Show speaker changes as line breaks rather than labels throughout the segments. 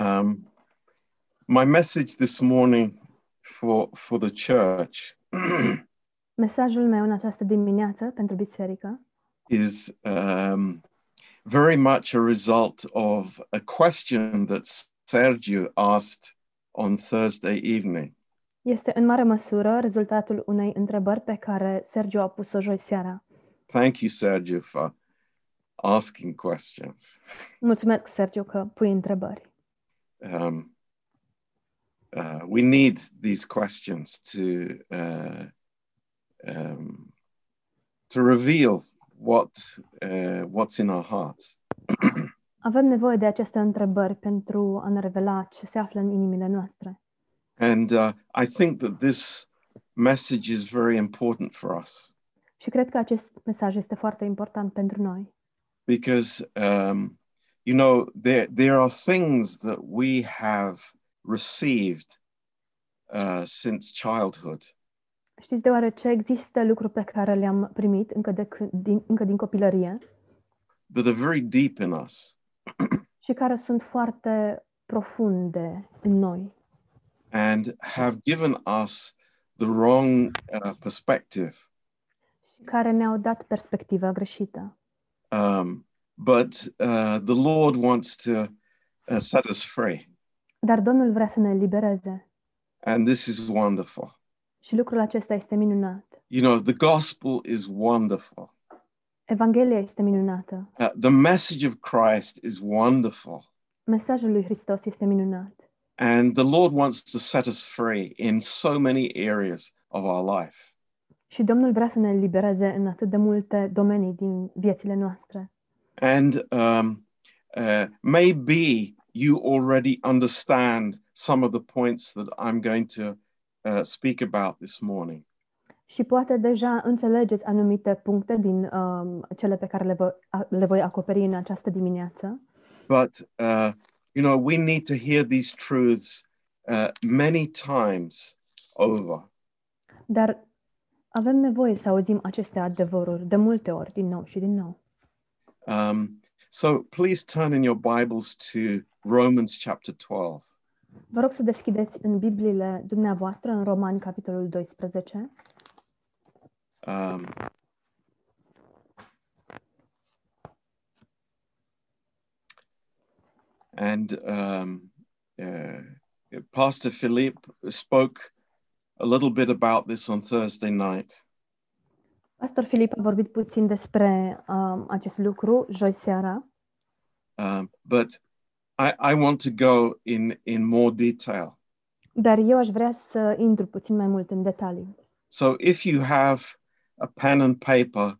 Um, my message this morning for, for the church
Mesajul meu în această dimineață pentru biserică
is um, very much a result of a question that Sergio asked on Thursday evening.
este în mare măsură rezultatul unei întrebări pe care Sergio a pus-o joi seara.
Thank you, Sergio, for asking questions.
Mulțumesc, Sergio, că pui întrebări.
Um, uh, we need these questions to uh, um, to reveal what uh, what's in our hearts.
Avem nevoie de aceste întrebări pentru a ne revela ce se află în inimile noastre.
And uh, I think that this message is very important for us
Și cred că acest mesaj este foarte important pentru noi.
because, um, you know, there, there are things that we have received uh, since childhood
Știți, deoarece există lucruri pe care le-am primit încă, de, când- din, încă din copilărie
that are very deep in us.
și care sunt foarte profunde în noi
and have given us the wrong uh, perspective.
și care ne-au dat perspectiva greșită.
Um, but uh, the Lord wants to uh, set us free,
Dar Domnul vrea să ne elibereze
and this is wonderful.
și lucrul acesta este minunat.
You know, the gospel is wonderful.
Evanghelia este minunată.
Uh, the message of Christ is wonderful,
Mesajul lui Hristos este minunat
and the Lord wants to set us free in so many areas of our life.
și Domnul vrea să ne elibereze în atât de multe domenii din viețile noastre.
And um, uh, maybe you already understand some of the points that I'm going to uh, speak about this morning.
Și poate deja înțelegeți anumite puncte din um, cele pe care le, vă, a, le voi acoperi în această dimineață,
But, uh, you know, we need to hear these truths uh, many times over.
dar avem nevoie să auzim aceste adevăruri de multe ori, din nou și din nou.
Um, so please turn in your Bibles to Romans chapter 12.
Vă rog să deschideți în Bibliile dumneavoastră, în Romani, capitolul 12.
Um, and um, uh, Pastor Philippe spoke a little bit about this on Thursday night.
Pastor Filip a vorbit puțin despre um, acest lucru joi seara,
Um, but I, I want to go in, in more detail.
dar eu aș vrea să intru puțin mai mult în detalii.
So if you have a pen and paper,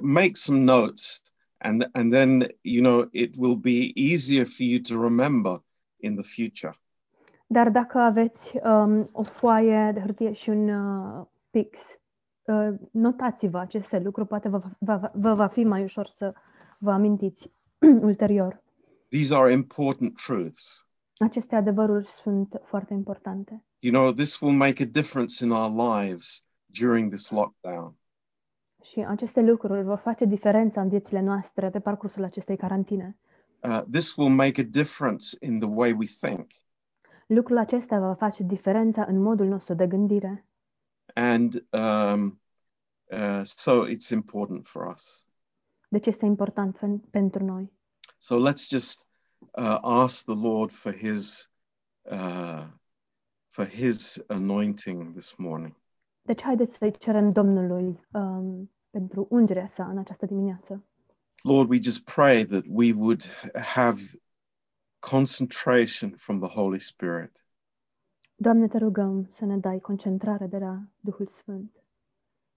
make some notes and, and then, you know, it will be easier for you to remember in the future.
Dar dacă aveți um, o foaie de hârtie și un uh, pix, uh, notați-vă aceste lucruri, poate vă, vă, vă va fi mai ușor să vă amintiți ulterior.
These are important truths.
Aceste adevăruri sunt foarte importante.
You know, this will make a difference in our lives during this lockdown.
Și aceste lucruri vor face diferența în viețile noastre pe parcursul acestei carantine.
Uh, this will make a difference in the way we think.
Lucrul acesta va face diferența în modul nostru de gândire.
And um, uh, so it's important for us.
Deci este important fen- pentru noi.
So let's just uh, ask the Lord for His uh, for His anointing this morning.
Deci haideți să-i cerem Domnului um, pentru ungerea sa în această dimineață.
Lord, we just pray that we would have concentration from the Holy Spirit.
Doamne, te rugăm să ne dai concentrare de la Duhul Sfânt.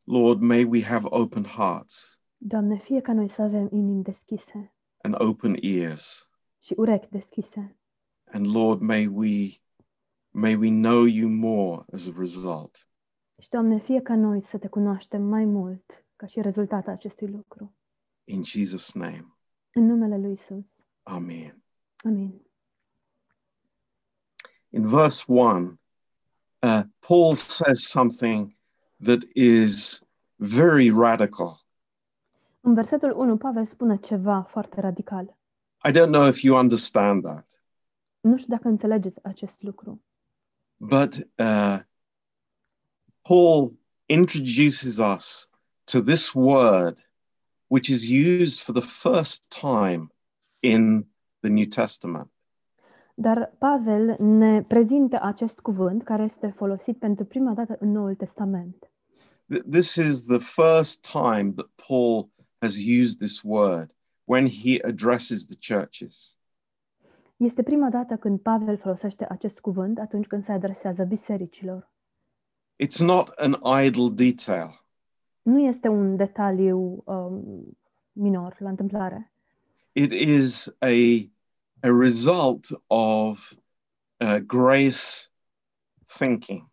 Lord, may we have open hearts
Doamne, fie ca noi să avem inimi deschise
and open ears.
și urechi deschise.
And Lord, may we may we know you more as a result.
Și, Doamne, fie ca noi să te cunoaștem mai mult ca și rezultatul acestui lucru.
In Jesus' name.
În numele Lui Isus.
Amen.
Amin.
in verse 1, uh, Paul says something that is very radical.
În versetul 1, Pavel spune ceva foarte radical.
I don't know if you understand that.
Nu știu dacă înțelegeți acest lucru,
But uh, Paul introduces us to this word, which is used for the first time in the New Testament.
dar Pavel ne prezintă acest cuvânt care este folosit pentru prima dată în Noul Testament.
Th- This is the first time that Paul has used this word when he addresses the churches.
Este prima dată când Pavel folosește acest cuvânt atunci când se adresează bisericilor.
It's not an idle detail.
Nu este un detaliu um, minor la întâmplare.
It is a, a result of uh, grace thinking.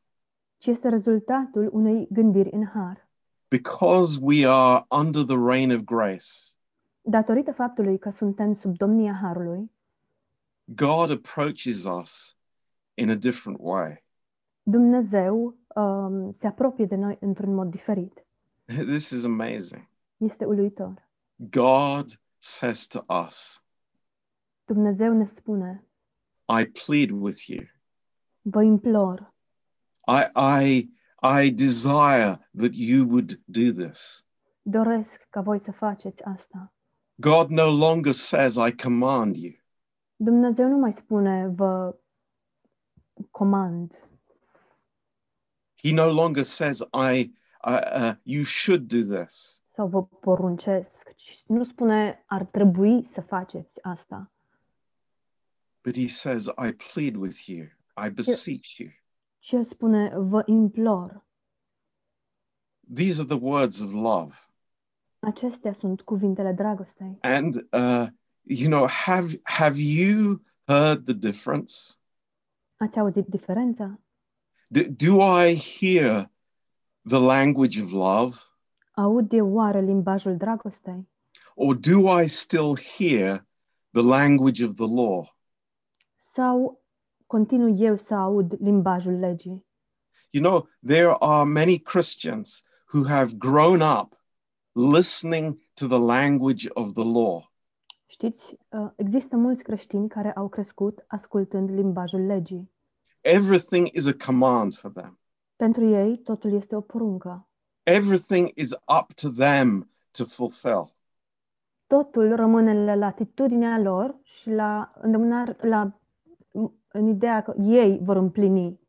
ci este rezultatul unei gândiri în har.
because we are under the reign of grace,
Datorită faptului că suntem sub domnia harului,
God approaches us in a different way.
Dumnezeu um, se apropie de noi într-un mod diferit.
This is amazing.
Este uluitor.
God says to us,
Dumnezeu ne spune,
I plead with you.
vă implor,
I, I, I desire that you would do this.
doresc ca voi să faceți asta.
God no longer says, I command you.
Dumnezeu nu mai spune, vă comand.
He no longer says, I, I uh, you should do this.
sau vă poruncesc, ci nu spune ar trebui să faceți asta,
But he says, I plead with you. I beseech you.
ci el spune vă implor.
These are the words of love.
Acestea sunt cuvintele dragostei.
And uh, you know, have have you heard the difference?
Ați auzit diferența?
Do, do I hear the language of love,
Aud eu oare limbajul dragostei?
or do I still hear the language of the law?
Sau continu eu să aud limbajul legii?
You know, there are many Christians who have grown up listening to the language of the law,
Știți, uh, există mulți creștini care au crescut ascultând limbajul legii.
everything is a command for them,
Pentru ei, totul este o poruncă.
everything is up to them to fulfill.
Totul rămâne la latitudinea lor și la îndemânar, la, în ideea că ei vor împlini.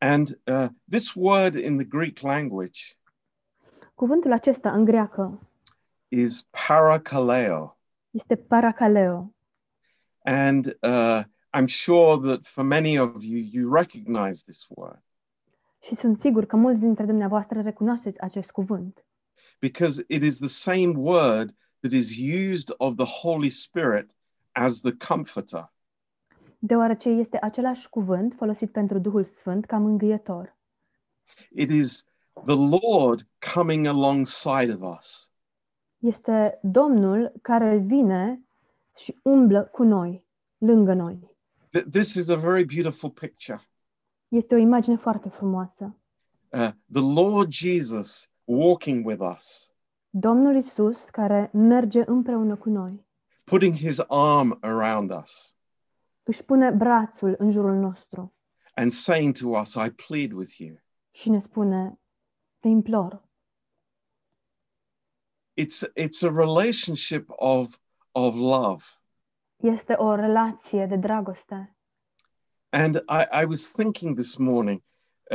And uh, this word in the Greek language
Cuvântul acesta în greacă
is parakaleo.
este paracaleo.
And uh, I'm sure that for many of you, you recognize this word
Și sunt sigur că mulți dintre dumneavoastră recunoașteți acest cuvânt.
because it is the same word that is used of the Holy Spirit as the comforter.
deoarece este același cuvânt folosit pentru Duhul Sfânt ca mângâietor.
It is the Lord coming alongside of us.
Este Domnul care vine și umblă cu noi, lângă noi.
Th- this is a very beautiful picture.
Este o imagine foarte frumoasă.
Uh, the Lord Jesus walking with us,
Domnul Isus care merge împreună cu noi,
putting his arm around us
își pune brațul în jurul nostru
and saying to us, I plead with you.
și ne spune, te implor.
it's it's a relationship of of love
Este o relație de dragoste.
and i i was thinking this morning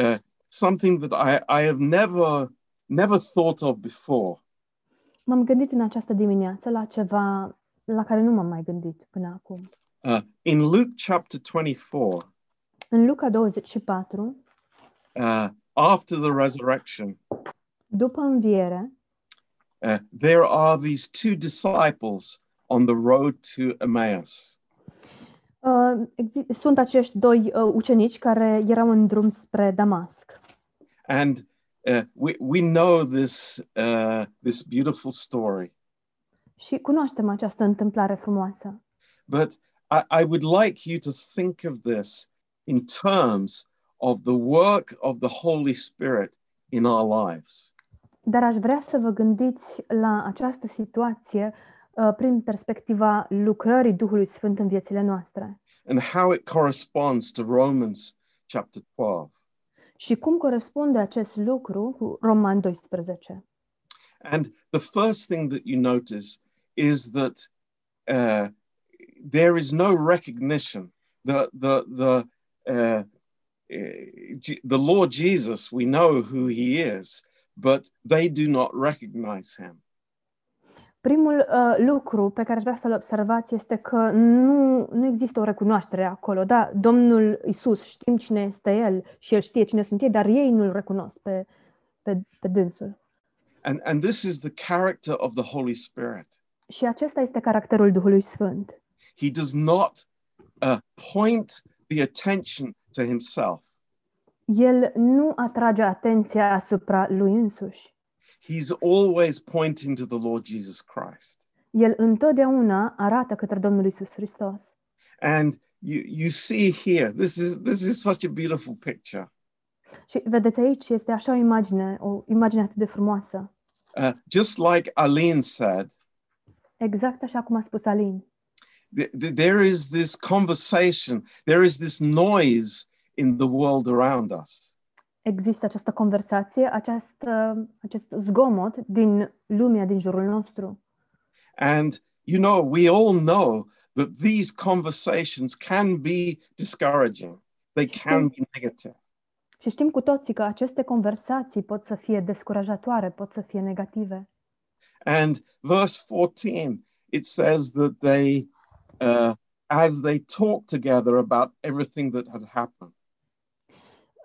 uh, something that i i have never never thought of before
M-am gândit în această dimineață la ceva la care nu m-am mai gândit până acum.
uh, in luke chapter 24
În Luca 24,
uh, after the resurrection
după înviere,
uh, there are these two disciples on the road to emmaus
Uh, exi- Sunt acești doi uh, ucenici care erau în drum spre Damasc.
and uh, we we know this uh, this beautiful story
Și cunoaștem această întâmplare frumoasă.
But I, I would like you to think of this in terms of the work of the Holy Spirit in our lives.
Dar aș vrea să vă gândiți la această situație uh, prin perspectiva lucrării Duhului Sfânt în viețile noastre.
and how it corresponds to Romans chapter 12.
Și cum corespunde acest lucru cu Roman 12?
And the first thing that you notice is that uh, there is no recognition. The the the uh, eh, Je- the Lord Jesus, we know who He is, but they do not recognize Him.
Primul uh, lucru pe care aș vrea să-l observați este că nu, nu există o recunoaștere acolo. Da, Domnul Isus știm cine este El și El știe cine sunt ei, dar ei nu-L recunosc pe, pe, pe dânsul.
And and this is the character of the Holy Spirit.
Și acesta este caracterul Duhului Sfânt.
He does not uh, point the attention to Himself.
El nu atrage atenția asupra Lui însuși.
He's always pointing to the Lord Jesus Christ.
El întotdeauna arată către Domnul Isus Hristos.
And you you see here, this is this is such a beautiful picture.
Și vedeți aici, este așa o imagine, o imagine atât de frumoasă.
Uh, just like Aline said,
Exact așa cum a spus Alin.
th- th- there is this conversation, there is this noise in the world around us.
există această conversație, această, acest zgomot din lumea din jurul nostru.
And, you know, we all know that these conversations can be discouraging, they can be negative.
Și știm cu toții că aceste conversații pot să fie descurajatoare, pot să fie negative.
And verse 14, it says that they, uh, as they talked together about everything that had happened,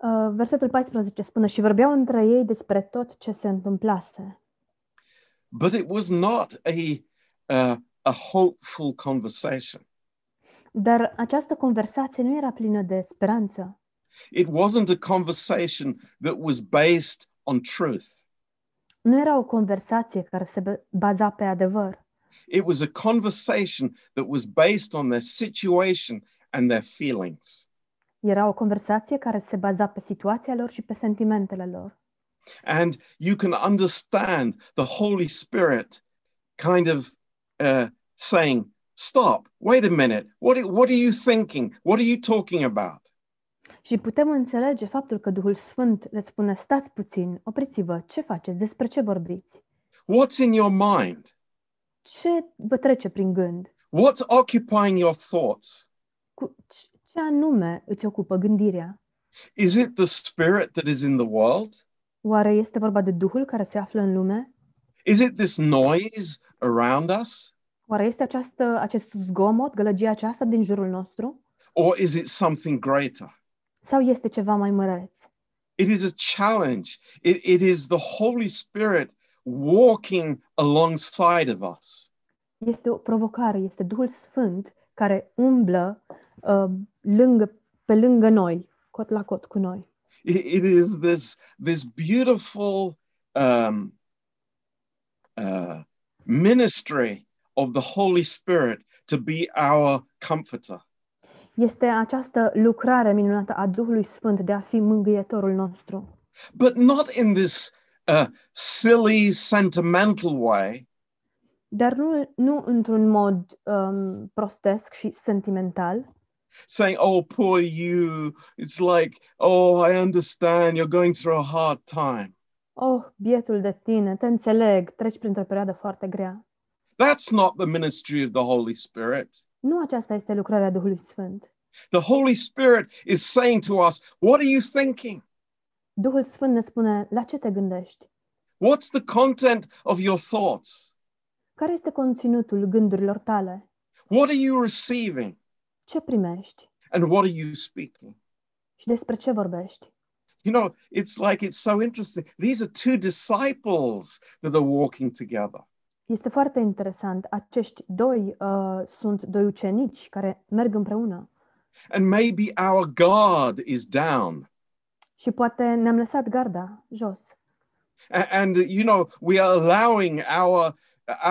Uh, Versetul 14 spune și vorbeau între ei despre tot ce se întâmplase.
but it was not a, uh, a hopeful conversation.
Dar această conversație nu era plină de speranță.
It wasn't a conversation that was based on truth.
Nu era o conversație care se be- baza pe adevăr.
It was a conversation that was based on their situation and their feelings.
Era o conversație care se baza pe situația lor și pe sentimentele lor.
And you can understand the Holy Spirit kind of uh, saying, Stop, wait a minute. What, are- what are you thinking? What are you talking about?
Și putem înțelege faptul că Duhul Sfânt le spune stați puțin, opriți-vă, ce faceți, despre ce vorbiți,
What's in your mind?
ce vă trece prin gând,
What's occupying your thoughts?
cu ce- ce anume îți ocupă gândirea.
Is it the spirit that is in the world?
Oare este vorba de Duhul care se află în lume?
Is it this noise around us?
Oare este această, acest zgomot, gălăgia aceasta din jurul nostru?
Or is it something greater?
Sau este ceva mai măreț?
It is a challenge. It, it is the Holy Spirit walking alongside of us.
Este o provocare, este Duhul Sfânt care umblă uh, lângă, pe lângă noi, cot la cot cu noi.
It- it is this, this beautiful um, uh, ministry of the Holy Spirit to be our comforter.
Este această lucrare minunată a Duhului Sfânt de a fi mângâietorul nostru.
But not in this uh, silly, sentimental way,
Dar nu, nu într-un mod um, prostesc și sentimental,
saying, Oh, poor you. It's like, Oh, I understand you're going through a hard time.
oh, bietul de tine, te înțeleg, treci printr-o perioadă foarte grea.
That's not the ministry of the Holy Spirit.
Nu aceasta este lucrarea Duhului Sfânt.
The Holy Spirit is saying to us, What are you thinking?
Duhul Sfânt ne spune, la ce te gândești?
What's the content of your thoughts?
Care este conținutul gândurilor tale?
What are you receiving?
Ce primești?
And what are you speaking?
Și despre ce vorbești?
You know, it's like it's so interesting. These are two disciples that are walking together.
Este foarte interesant. Acești doi uh, sunt doi ucenici care merg împreună.
And maybe our guard is down.
Și poate ne-am lăsat garda jos.
A- And, you know, we are allowing our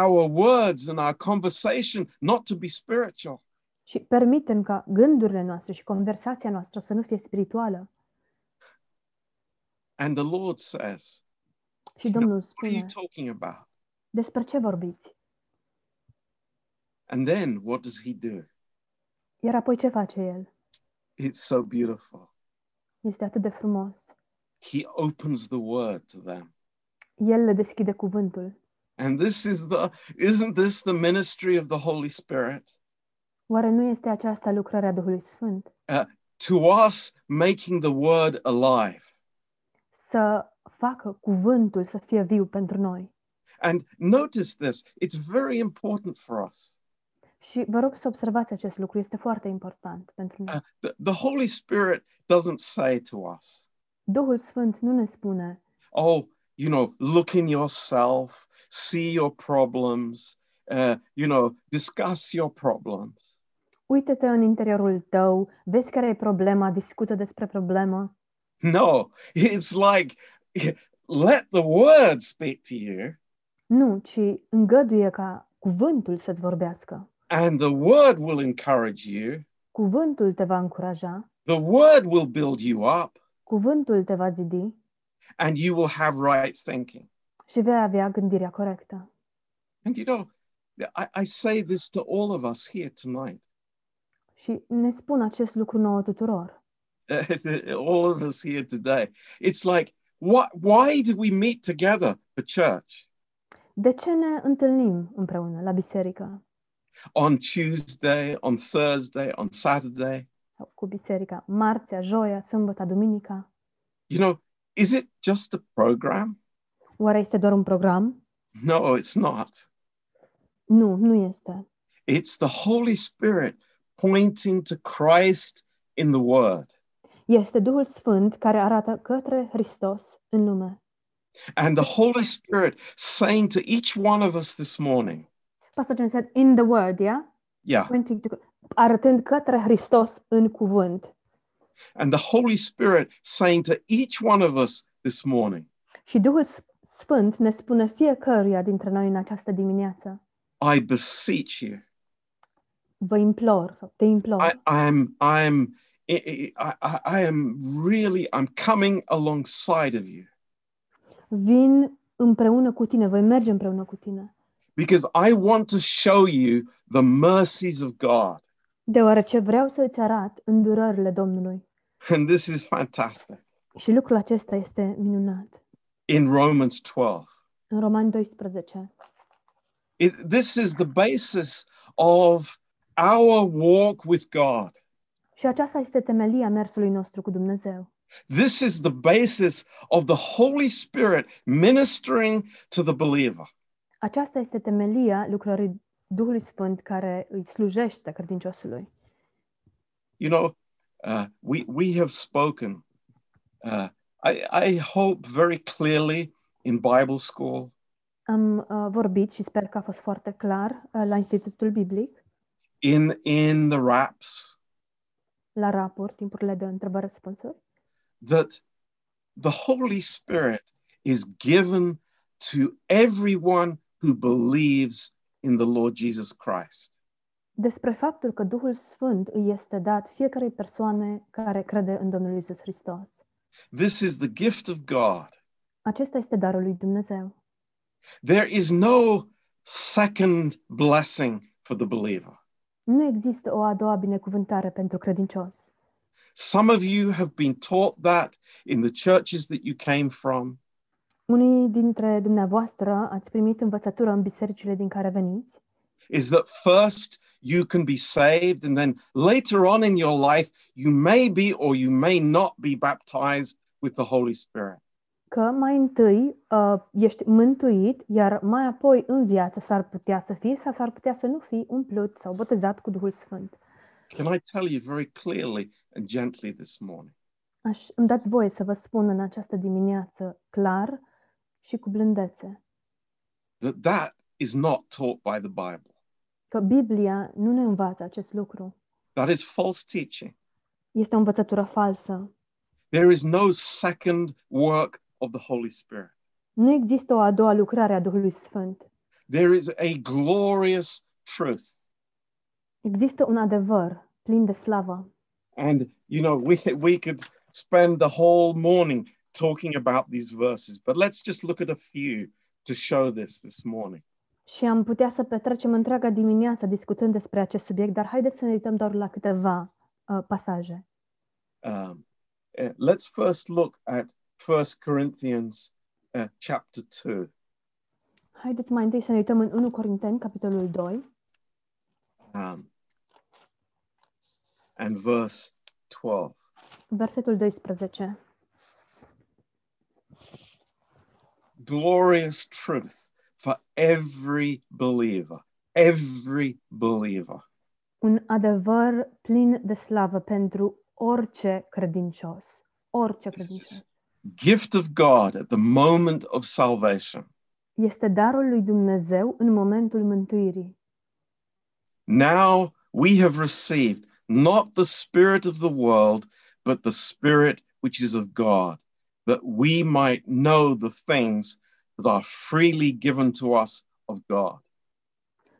our words and our conversation not to be spiritual.
Și permitem ca gândurile noastre și conversația noastră să nu fie spirituală.
And the Lord says,
Și Domnul
What are you
spune,
talking about?
despre ce vorbiți?
And then what does he do?
Iar apoi ce face el?
It's so beautiful.
Este atât de frumos.
He opens the word to them.
El le deschide cuvântul.
And this is the isn't this the ministry of the Holy Spirit?
Oare nu este aceasta lucrarea Duhului Sfânt?
To us making the word alive.
Să facă cuvântul să fie viu pentru noi.
And notice this, it's very important for us.
Și vă rog să observați acest lucru, este foarte important pentru noi.
Uh, the, the Holy Spirit doesn't say to us,
Duhul Sfânt nu ne spune,
oh, you know, look in yourself, see your problems, uh, you know, discuss your problems.
uite-te în interiorul tău, vezi care e problema, discută despre problemă.
No, it's like, let the word speak to you,
Nu, ci îngăduie ca cuvântul să-ți vorbească.
and the word will encourage you,
Cuvântul te va încuraja,
the word will build you up,
cuvântul te va zidi
and you will have right thinking.
și vei avea gândirea corectă.
And you know, I, I say this to all of us here tonight,
Și ne spun acest lucru nouă tuturor.
all of us here today. It's like, what, why do we meet together for church
De ce ne întâlnim împreună la biserică?
on Tuesday, on Thursday, on Saturday?
Sau cu biserica marțea, joia, sâmbătă, duminica?
You know, is it just a program?
Oare este doar un program?
No, it's not.
Nu, nu este.
It's the Holy Spirit pointing to Christ in the Word.
Este Duhul Sfânt care arată către Hristos în lume.
And the Holy Spirit saying to each one of us this morning,
Pastor John said, in the word, yeah?
yeah,
Pointing to, arătând către Hristos în cuvânt.
and the Holy Spirit saying to each one of us this morning,
Și Duhul S- Sfânt ne spune fiecăruia dintre noi în această dimineață.
I beseech you.
Vă implor, sau te implor.
I, I'm, I'm, I, I, I- I am really, I'm coming alongside of you
Vin împreună cu tine, voi merge împreună cu tine.
because I want to show you the mercies of God.
Deoarece vreau să îți arăt îndurările Domnului.
And this is fantastic.
Și lucrul acesta este minunat.
In Romans 12,
În Roman 12.
It- this is the basis of our walk with God.
Și aceasta este temelia mersului nostru cu Dumnezeu.
This is the basis of the Holy Spirit ministering to the believer.
Aceasta este temelia lucrării Duhului Sfânt care îi slujește credinciosului.
You know, uh, we, we have spoken, uh, I, I hope very clearly in Bible school
Am uh, vorbit și sper că a fost foarte clar uh, la Institutul Biblic,
in, in the raps
la raport, timpurile de întrebări-răspunsuri,
that the Holy Spirit is given to everyone who believes in the Lord Jesus Christ.
despre faptul că Duhul Sfânt îi este dat fiecarei persoane care crede în Domnul Isus Hristos.
This is the gift of God.
Acesta este darul lui Dumnezeu.
There is no second blessing for the believer.
Nu există o a doua binecuvântare pentru credincios.
Some of you have been taught that in the churches that you came from.
Unii dintre dumneavoastră ați primit învățătură în bisericile din care veniți,
is that first you can be saved, and then later on in your life, you may be or you may not be baptized with the Holy Spirit.
că mai întâi uh, ești mântuit, iar mai apoi în viață s-ar putea să fii sau s-ar putea să nu fii umplut sau botezat cu Duhul Sfânt.
Can I tell you very clearly and gently this morning?
Aș, îmi dați voie să vă spun în această dimineață clar și cu blândețe
That that is not taught by the Bible.
că Biblia nu ne învață acest lucru.
That is false teaching.
Este o învățătură falsă.
There is no second work of the Holy Spirit.
Nu există o a doua lucrare a Duhului Sfânt.
There is a glorious truth.
Există un adevăr plin de slavă.
And you know, we we could spend the whole morning talking about these verses, but let's just look at a few to show this this morning.
Și am putea să petrecem întreaga dimineață discutând despre acest subiect, dar haideți să ne uităm doar la câteva uh, pasaje.
Um, uh, let's first look at 1 Corinthians uh, chapter 2.
Haideți mai întâi să ne uităm în 1 Corinteni, capitolul 2
um, and verse 12.
versetul 12.
Glorious truth for every believer, every believer.
Un adevăr plin de slavă pentru orice credincios. Orice
This is
credincios.
gift of God at the moment of salvation.
Este darul lui Dumnezeu în momentul mântuirii.
Now we have received not the spirit of the world, but the spirit which is of God, that we might know the things that are freely given to us of God.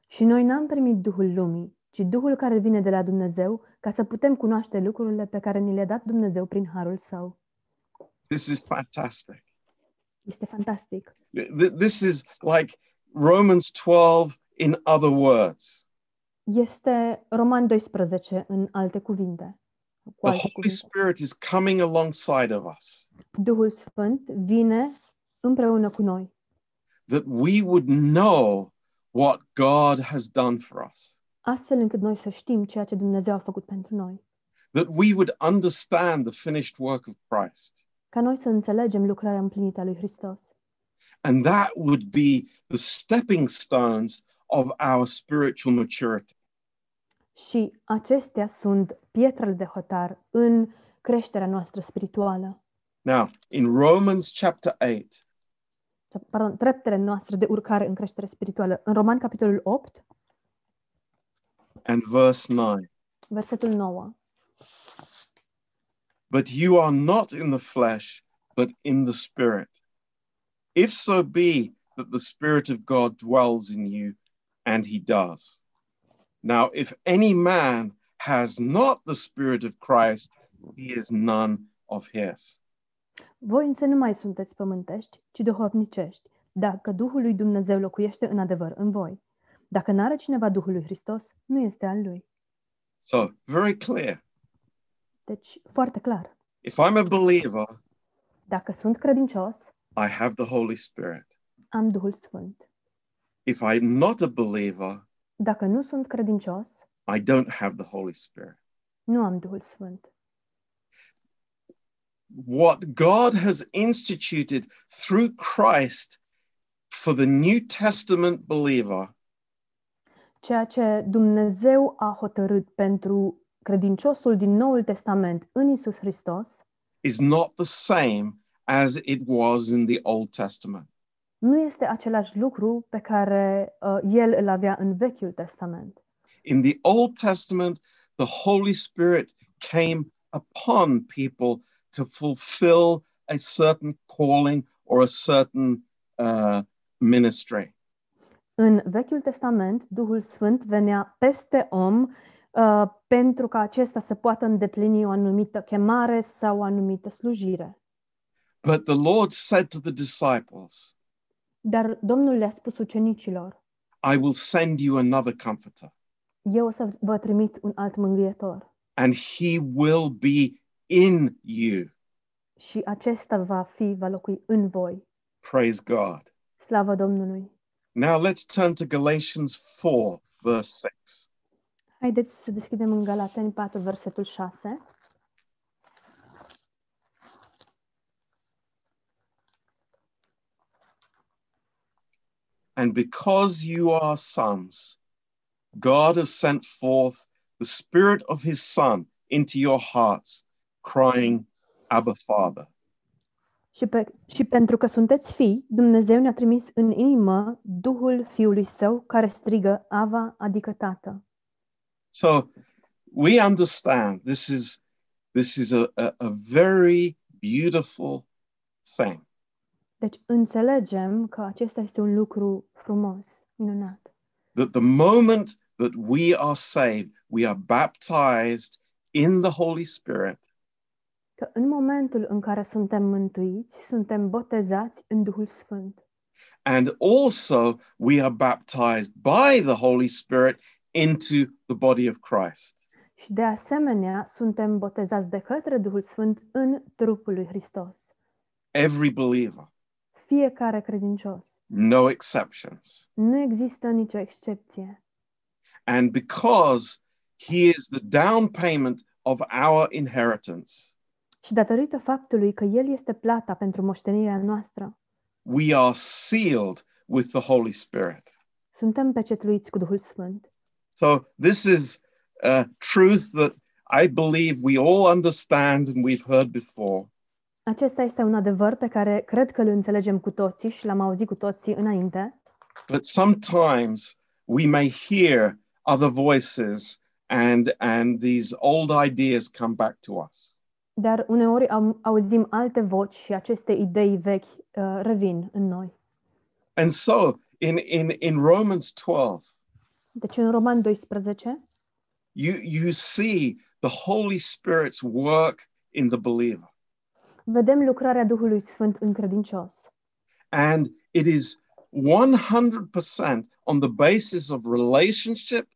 Și noi n-am primit Duhul lumii, ci Duhul care vine de la Dumnezeu, ca să putem cunoaște lucrurile pe care ni le-a dat Dumnezeu prin harul său.
This is fantastic.
Este fantastic.
Th- th- This is like Romans 12 in other words.
Este Roman 12 în alte cuvinte. Cu
The
alte
Holy
cuvinte.
Spirit is coming alongside of us
Duhul Sfânt vine împreună cu noi,
that we would know what God has done for us.
astfel încât noi să știm ceea ce Dumnezeu a făcut pentru noi,
that we would understand the finished work of Christ.
ca noi să înțelegem lucrarea împlinită a lui Hristos.
And that would be the stepping stones of our spiritual maturity.
Și acestea sunt pietrele de hotar în creșterea noastră spirituală,
Now, in Romans chapter 8,
sau, pardon, treptele noastre de urcare în creștere spirituală. În Roman, capitolul 8,
and verse 9,
versetul 9.
but you are not in the flesh, but in the spirit. If so be that the spirit of God dwells in you, and he does. Now, if any man has not the spirit of Christ, he is none of his.
Voi însă nu mai sunteți pământești, ci duhovnicești, dacă Duhul lui Dumnezeu locuiește în adevăr în voi. Dacă n-are cineva Duhul lui Hristos, nu este al lui.
So, very clear.
Deci, foarte clar,
If I'm a believer,
dacă sunt credincios,
I have the Holy Spirit.
am Duhul Sfânt.
If I'm not a believer,
Dacă nu sunt credincios,
I don't have the Holy Spirit.
nu am Duhul Sfânt.
What God has instituted through Christ for the New Testament believer
Ceea ce Dumnezeu a hotărât pentru credinciosul din Noul Testament în Isus Hristos
is not the same as it was in the Old Testament.
nu este același lucru pe care uh, el îl avea în Vechiul Testament.
In the Old Testament, the Holy Spirit came upon people to fulfill a certain calling or a certain uh, ministry.
În Vechiul Testament, Duhul Sfânt venea peste om uh, pentru ca acesta să poată îndeplini o anumită chemare sau o anumită slujire.
But the Lord said to the disciples,
Dar Domnul le-a spus ucenicilor,
I will send you another comforter,
eu o să vă trimit un alt mângâietor
and he will be in you.
și acesta va fi, va locui în voi.
Praise God.
Slavă Domnului!
Now let's turn to Galatians 4, verse 6.
Haideți să deschidem în Galateni 4, versetul 6.
And because you are sons, God has sent forth the spirit of his son into your hearts, crying, Abba, Father.
Și, pe, și pentru că sunteți fii, Dumnezeu ne-a trimis în inimă Duhul Fiului Său care strigă Ava, adică Tată.
So we understand this is this is a, a, a very beautiful thing.
Deci înțelegem că acesta este un lucru frumos, minunat.
That the moment that we are saved, we are baptized in the Holy Spirit,
Că în momentul în care suntem mântuiți, suntem botezați în Duhul Sfânt.
And also, we are baptized by the Holy Spirit into the body of Christ.
Și de asemenea, suntem botezați de către Duhul Sfânt în trupul lui Hristos.
Every believer,
Fiecare credincios.
no exceptions.
Nu există nicio excepție.
And because he is the down payment of our inheritance,
Și datorită faptului că El este plata pentru moștenirea noastră,
we are sealed with the Holy Spirit.
suntem pecetluiți cu Duhul Sfânt.
So, this is a truth that I believe we all understand and we've heard before.
Acesta este un adevăr pe care cred că îl înțelegem cu toții și l-am auzit cu toții înainte,
But sometimes we may hear other voices and, and these old ideas come back to us.
dar uneori am, auzim alte voci și aceste idei vechi uh, revin în noi.
And so, in, in, in Romans 12,
Deci în Roman 12
you, you see the Holy Spirit's work in the believer.
vedem lucrarea Duhului Sfânt în credincios
And it is 100% on the basis of relationship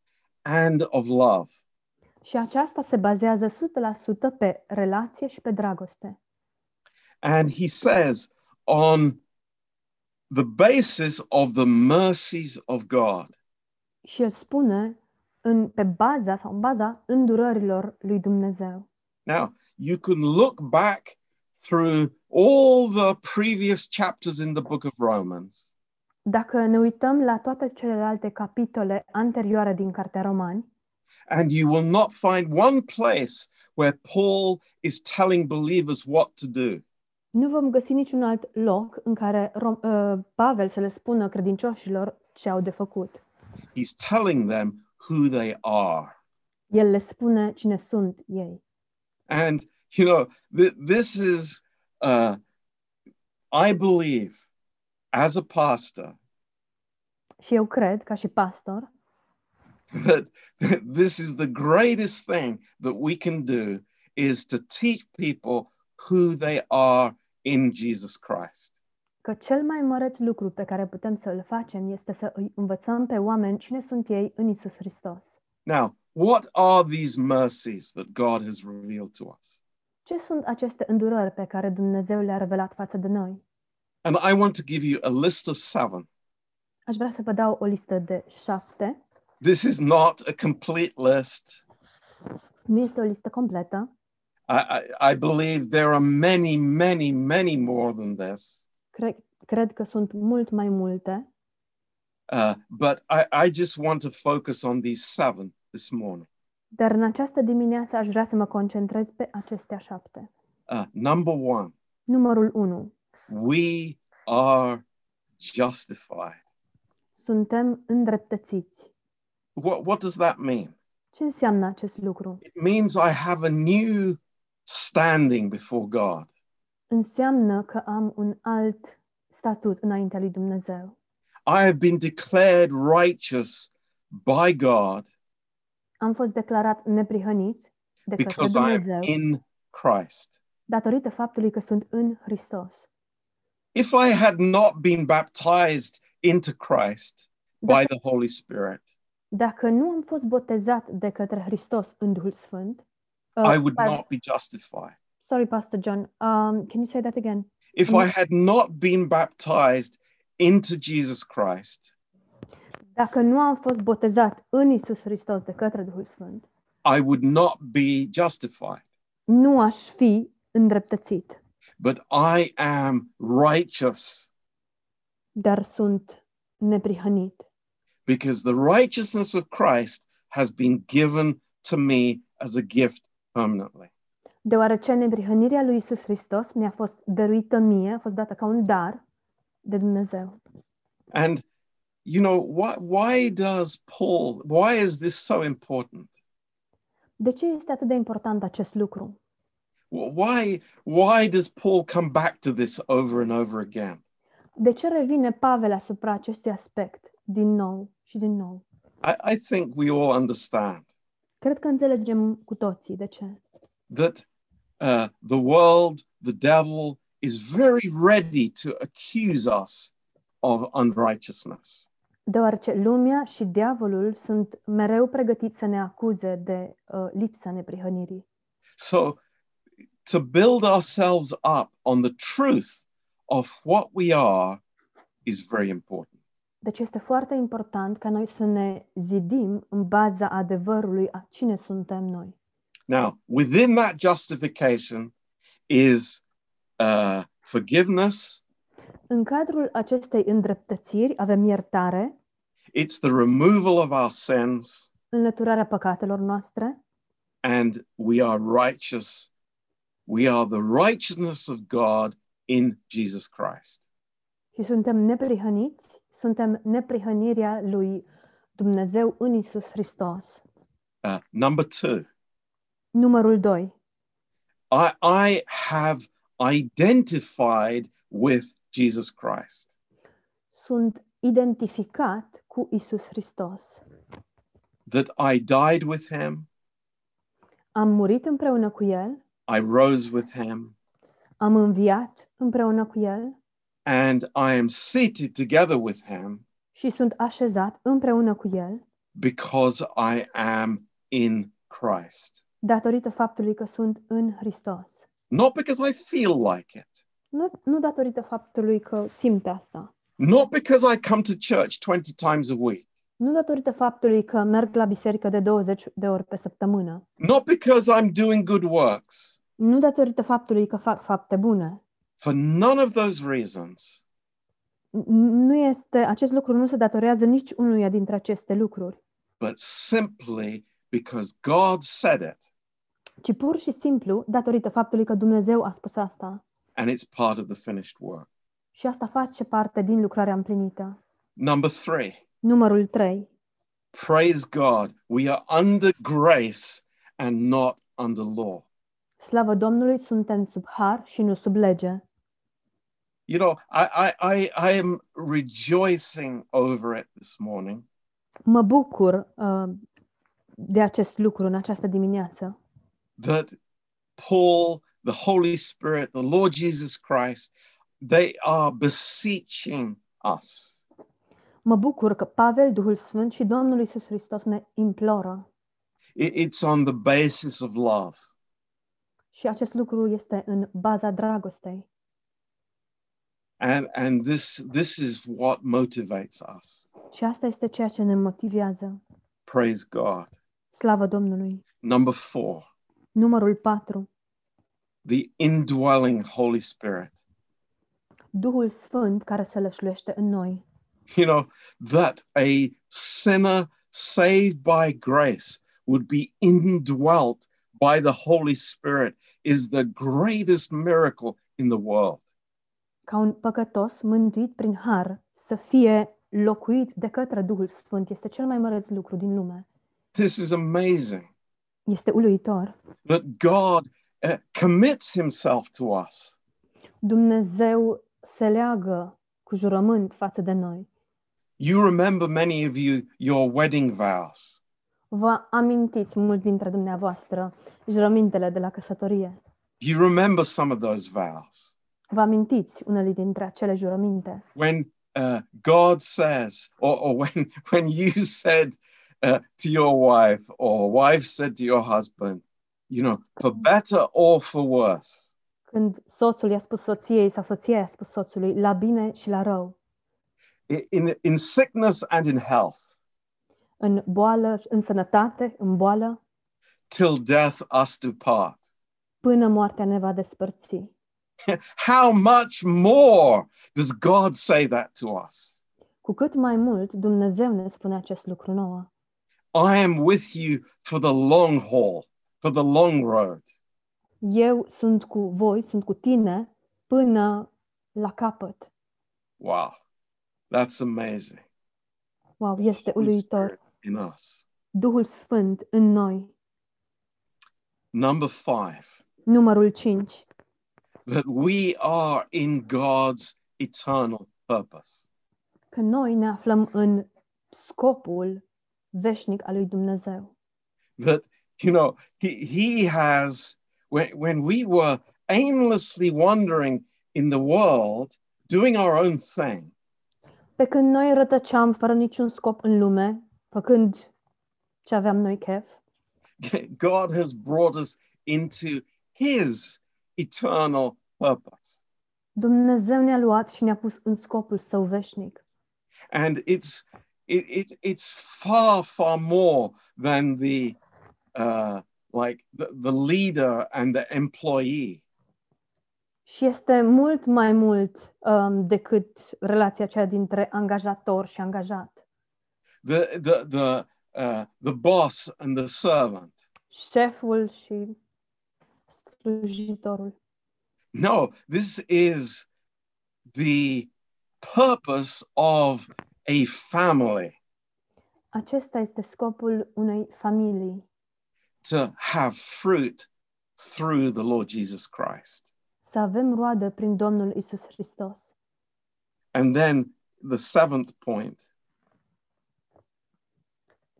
and of love.
și aceasta se bazează 100% pe relație și pe dragoste.
And he says, on the basis of the mercies of God.
Și el spune în, pe baza sau în baza îndurărilor lui Dumnezeu.
Now, you can look back through all the previous chapters in the book of Romans,
Dacă ne uităm la toate celelalte capitole anterioare din Cartea Romani,
and you will not find one place where Paul is telling believers what to do.
nu vom găsi niciun alt loc în care Rom- uh, Pavel să le spună credincioșilor ce au de făcut.
He's telling them who they are.
El le spune cine sunt ei.
And, you know, th- this is, uh, I believe, as a pastor,
Și eu cred, ca și pastor,
that this is the greatest thing that we can do is to teach people who they are in Jesus Christ.
că cel mai măreț lucru pe care putem să îl facem este să îi învățăm pe oameni cine sunt ei în Isus Hristos.
Now, what are these mercies that God has revealed to us?
Ce sunt aceste îndurări pe care Dumnezeu le-a revelat față de noi?
And I want to give you a list of seven.
Aș vrea să vă dau o listă de șapte.
This is not a complete list.
Nu este o listă completă,
I, I, I believe there are many, many, many more than this.
cred, cred că sunt mult mai multe,
Uh, but I, I just want to focus on these seven this morning.
dar în această dimineață aș vrea să mă concentrez pe acestea șapte.
Uh, number one,
Numărul 1.
we are justified.
Suntem îndreptățiți.
What, what does that mean?
Ce înseamnă acest lucru?
It means I have a new standing before God.
Înseamnă că am un alt statut înaintea lui Dumnezeu.
I have been declared righteous by God
Am fost declarat neprihănit de către
because I am
Dumnezeu
in Christ.
datorită faptului că sunt în Hristos.
If I had not been baptized into Christ by the Holy Spirit,
Dacă nu am fost botezat de către Hristos în Duhul Sfânt,
I would
par-
not be justified.
Sorry, Pastor John. Um, can you say that again?
If I had not been baptized into Jesus Christ,
Dacă nu am fost botezat în Isus Hristos de către Duhul Sfânt,
I would not be justified.
nu aș fi îndreptățit,
but I am righteous
dar sunt neprihănit,
because the righteousness of Christ has been given to me as a gift permanently.
deoarece neprihănirea lui Isus Hristos mi-a fost dăruită mie, a fost dată ca un dar de Dumnezeu.
And you know why why does Paul why is this so important?
De ce este atât de important acest lucru?
Wh- Why why does Paul come back to this over and over again?
De ce revine Pavel asupra acestui aspect din nou și din nou?
I, I think we all understand
Cred că înțelegem cu toții de ce.
that uh, the world, the devil, is very ready to accuse us of unrighteousness.
deoarece lumea și diavolul sunt mereu pregătiți să ne acuze de uh, lipsa neprihănirii.
So, to build ourselves up on the truth of what we are is very important.
Deci este foarte important ca noi să ne zidim în baza adevărului a cine suntem noi.
Now, within that justification is uh, forgiveness,
În cadrul acestei îndreptățiri avem iertare,
it's the removal of our sins,
înlăturarea păcatelor noastre
and we are righteous. We are the righteousness of God in Jesus Christ.
și suntem neprihăniți, suntem neprihănirea lui Dumnezeu în Isus Hristos.
Uh, number two,
Numărul 2.
I, I have identified with Jesus Christ.
Sunt identificat cu Isus Hristos.
That I died with him,
Am murit împreună cu El,
I rose with him,
am înviat împreună cu El
and I am seated together with him
și sunt așezat împreună cu El
because I am in Christ.
datorită faptului că sunt în Hristos.
Not because I feel like it,
Nu, nu datorită faptului că simt asta,
not because I come to church 20 times a week,
nu datorită faptului că merg la biserică de 20 de ori pe săptămână,
not because I'm doing good works.
nu datorită faptului că fac fapte bune.
For none of those reasons,
N- Nu este, acest lucru nu se datorează nici unuia dintre aceste lucruri,
but simply because God said it
ci pur și simplu datorită faptului că Dumnezeu a spus asta
and it's part of the finished work.
și asta face parte din lucrarea împlinită.
Number three,
Numărul 3.
praise God, we are under grace and not under law.
Slavă Domnului, suntem sub har și nu sub lege.
You know, I, I, I, I am rejoicing over it this morning
Mă bucur uh, de acest lucru în această dimineață.
that Paul, the Holy Spirit, the Lord Jesus Christ, they are beseeching us.
Mă bucur că Pavel, Duhul Sfânt și Domnul Isus Hristos ne imploră
It- it's on the basis of love.
și acest lucru este în baza dragostei.
And, and this, this is what motivates us.
Și asta este ceea ce ne motivează.
Praise God.
Slavă Domnului!
Number four,
Numărul 4.
the indwelling Holy Spirit.
Duhul Sfânt care se lășluiește în noi.
you know, that a sinner saved by grace would be indwelt by the Holy Spirit is the greatest miracle in the world.
Ca un păcătos mântuit prin har să fie locuit de către Duhul Sfânt este cel mai măreț lucru din lume.
This is amazing
Este uluitor.
that God uh, commits himself to us.
Dumnezeu se leagă cu jurământ față de noi.
You remember many of you your wedding vows.
Vă amintiți mulți dintre dumneavoastră jurămintele de la căsătorie.
You remember some of those vows.
Vă amintiți unele dintre acele jurăminte.
When uh, God says, or, or when, when you said uh, to your wife, or wife said to your husband, you know, for better or for worse,
Când soțul i-a spus soției sau soția i-a spus soțului la bine și la rău,
i- in, in sickness and in health,
în boală, în sănătate, în boală,
till death us do part.
până moartea ne va despărți.
How much more does God say that to us?
Cu cât mai mult Dumnezeu ne spune acest lucru nouă.
I am with you for the long haul, for the long road.
Eu sunt cu voi, sunt cu tine până la capăt.
Wow, that's amazing.
Wow,
Deci
este
Holy
uluitor.
Spirit in us.
Duhul Sfânt în noi.
Number five.
Numărul 5.
that we are in God's eternal purpose.
Că noi ne aflăm în scopul veșnic al lui Dumnezeu.
That, you know, He, he has, when, when we were aimlessly wandering in the world, doing our own thing,
Pe când noi rătăceam fără niciun scop în lume, făcând ce aveam noi chef,
God has brought us into his eternal purpose.
Dumnezeu ne-a luat și ne-a pus în scopul său veșnic.
And it's it, it it's far far more than the uh like the, the leader and the employee.
Și este mult mai mult um, decât relația aceea dintre angajator și angajat,
The the the uh, the boss and the servant.
șeful și slujitorul.
No, this is the purpose of a family
Acesta este scopul unei familii,
to have fruit through the Lord Jesus Christ.
să avem roadă prin Domnul Isus Hristos.
And then the seventh point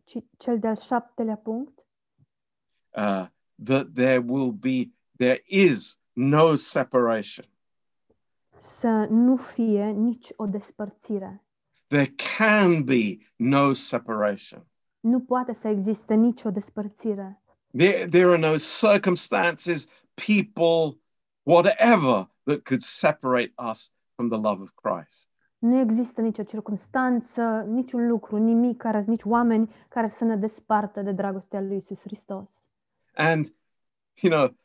Ci cel de-al șaptelea punct,
uh, that there will be, there is no separation.
să nu fie nici o despărțire.
There can be no separation.
Nu poate să existe nicio despărțire.
There, there are no circumstances, people, whatever that could separate us from the love of Christ.
Nu există nicio circunstanță, niciun lucru, nimic, care, nici oameni care să ne despartă de dragostea lui Isus Hristos.
And, you know,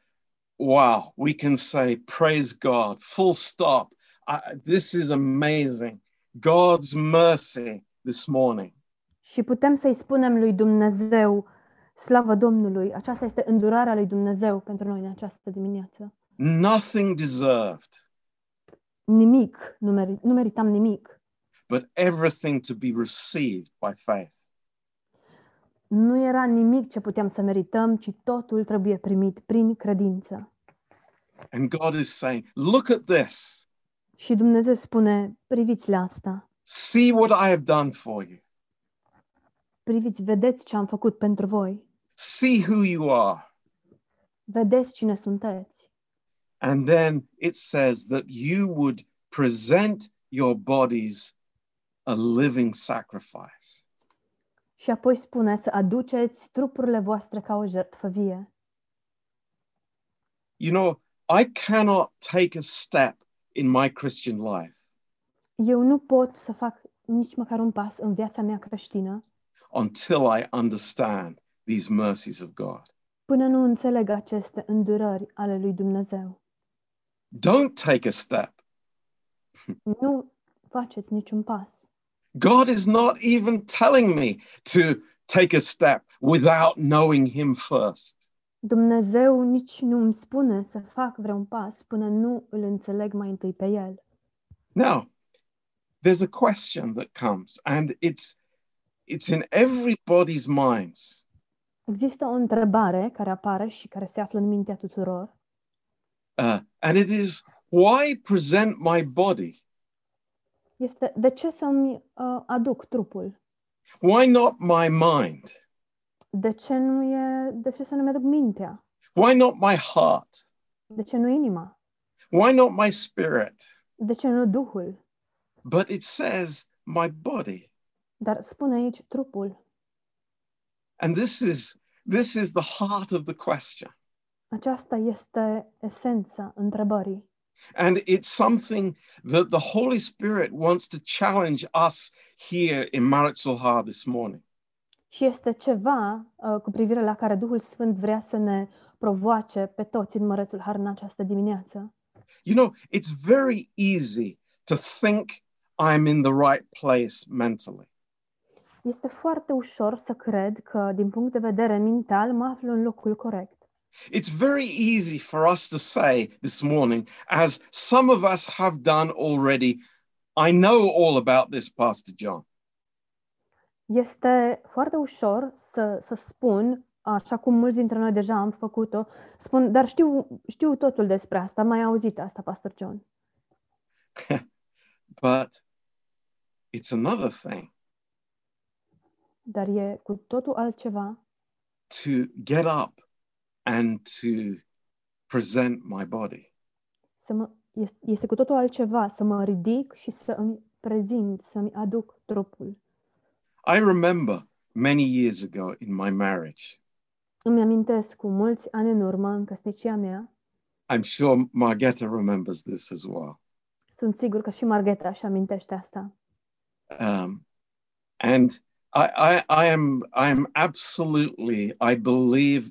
wow, we can say, praise God, full stop. I, this is amazing. God's mercy this morning.
Și putem să-i spunem lui Dumnezeu, slavă Domnului, aceasta este îndurarea lui Dumnezeu pentru noi în această dimineață.
Nothing deserved,
Nimic, nu, meri- nu meritam nimic.
but everything to be received by faith.
Nu era nimic ce puteam să merităm, ci totul trebuie primit prin credință.
And God is saying, look at this.
Și Dumnezeu spune, priviți la asta,
See what I have done for you.
priviți, vedeți ce am făcut pentru voi,
See who you are.
vedeți cine sunteți.
And then it says that you would present your bodies a living sacrifice.
Și apoi spune să aduceți trupurile voastre ca o jertfă vie.
You know, I cannot take a step in my Christian life.
Eu nu pot să fac nici măcar un pas în viața mea creștină
until I understand these mercies of God.
până nu înțeleg aceste îndurări ale lui Dumnezeu.
Don't take a step.
Nu faceți niciun pas.
God is not even telling me to take a step without knowing Him first.
Dumnezeu nici nu îmi spune să fac vreun pas până nu îl înțeleg mai întâi pe el.
Now, there's a question that comes, and it's it's in everybody's minds.
Există o întrebare care apare și care se află în mintea tuturor
Uh, and it is why present my body?
este de ce să-mi uh, aduc trupul?
Why not my mind?
De ce, nu e, de ce să nu-mi aduc mintea?
Why not my heart?
De ce nu inima?
Why not my spirit?
De ce nu Duhul?
But it says my body.
Dar spune aici trupul.
And this is this is the heart of the question.
Aceasta este esența întrebării.
And it's something that the Holy Spirit wants to challenge us here in Maritzulha this morning.
Și este ceva uh, cu privire la care Duhul Sfânt vrea să ne provoace pe toți în Mărețul Har în această dimineață.
You know, it's very easy to think I'm in the right place mentally.
Este foarte ușor să cred că, din punct de vedere mental, mă aflu în locul corect.
It's very easy for us to say this morning, as some of us have done already, I know all about this, Pastor John.
Este foarte ușor să, să spun, așa cum mulți dintre noi deja am făcut-o, spun, dar știu, știu totul despre asta, am mai auzit asta, Pastor John.
But it's another thing
Dar e cu totul altceva
to get up and to present my body.
să mă, este, este cu totul altceva să mă ridic și să îmi prezint, să-mi aduc trupul.
I remember many years ago in my marriage,
Îmi amintesc cu mulți ani în urmă în căsnicia mea,
I'm sure Margetta remembers this as well.
sunt sigur că și Margheta își amintește asta.
Um, and I, I, I am I am absolutely I believe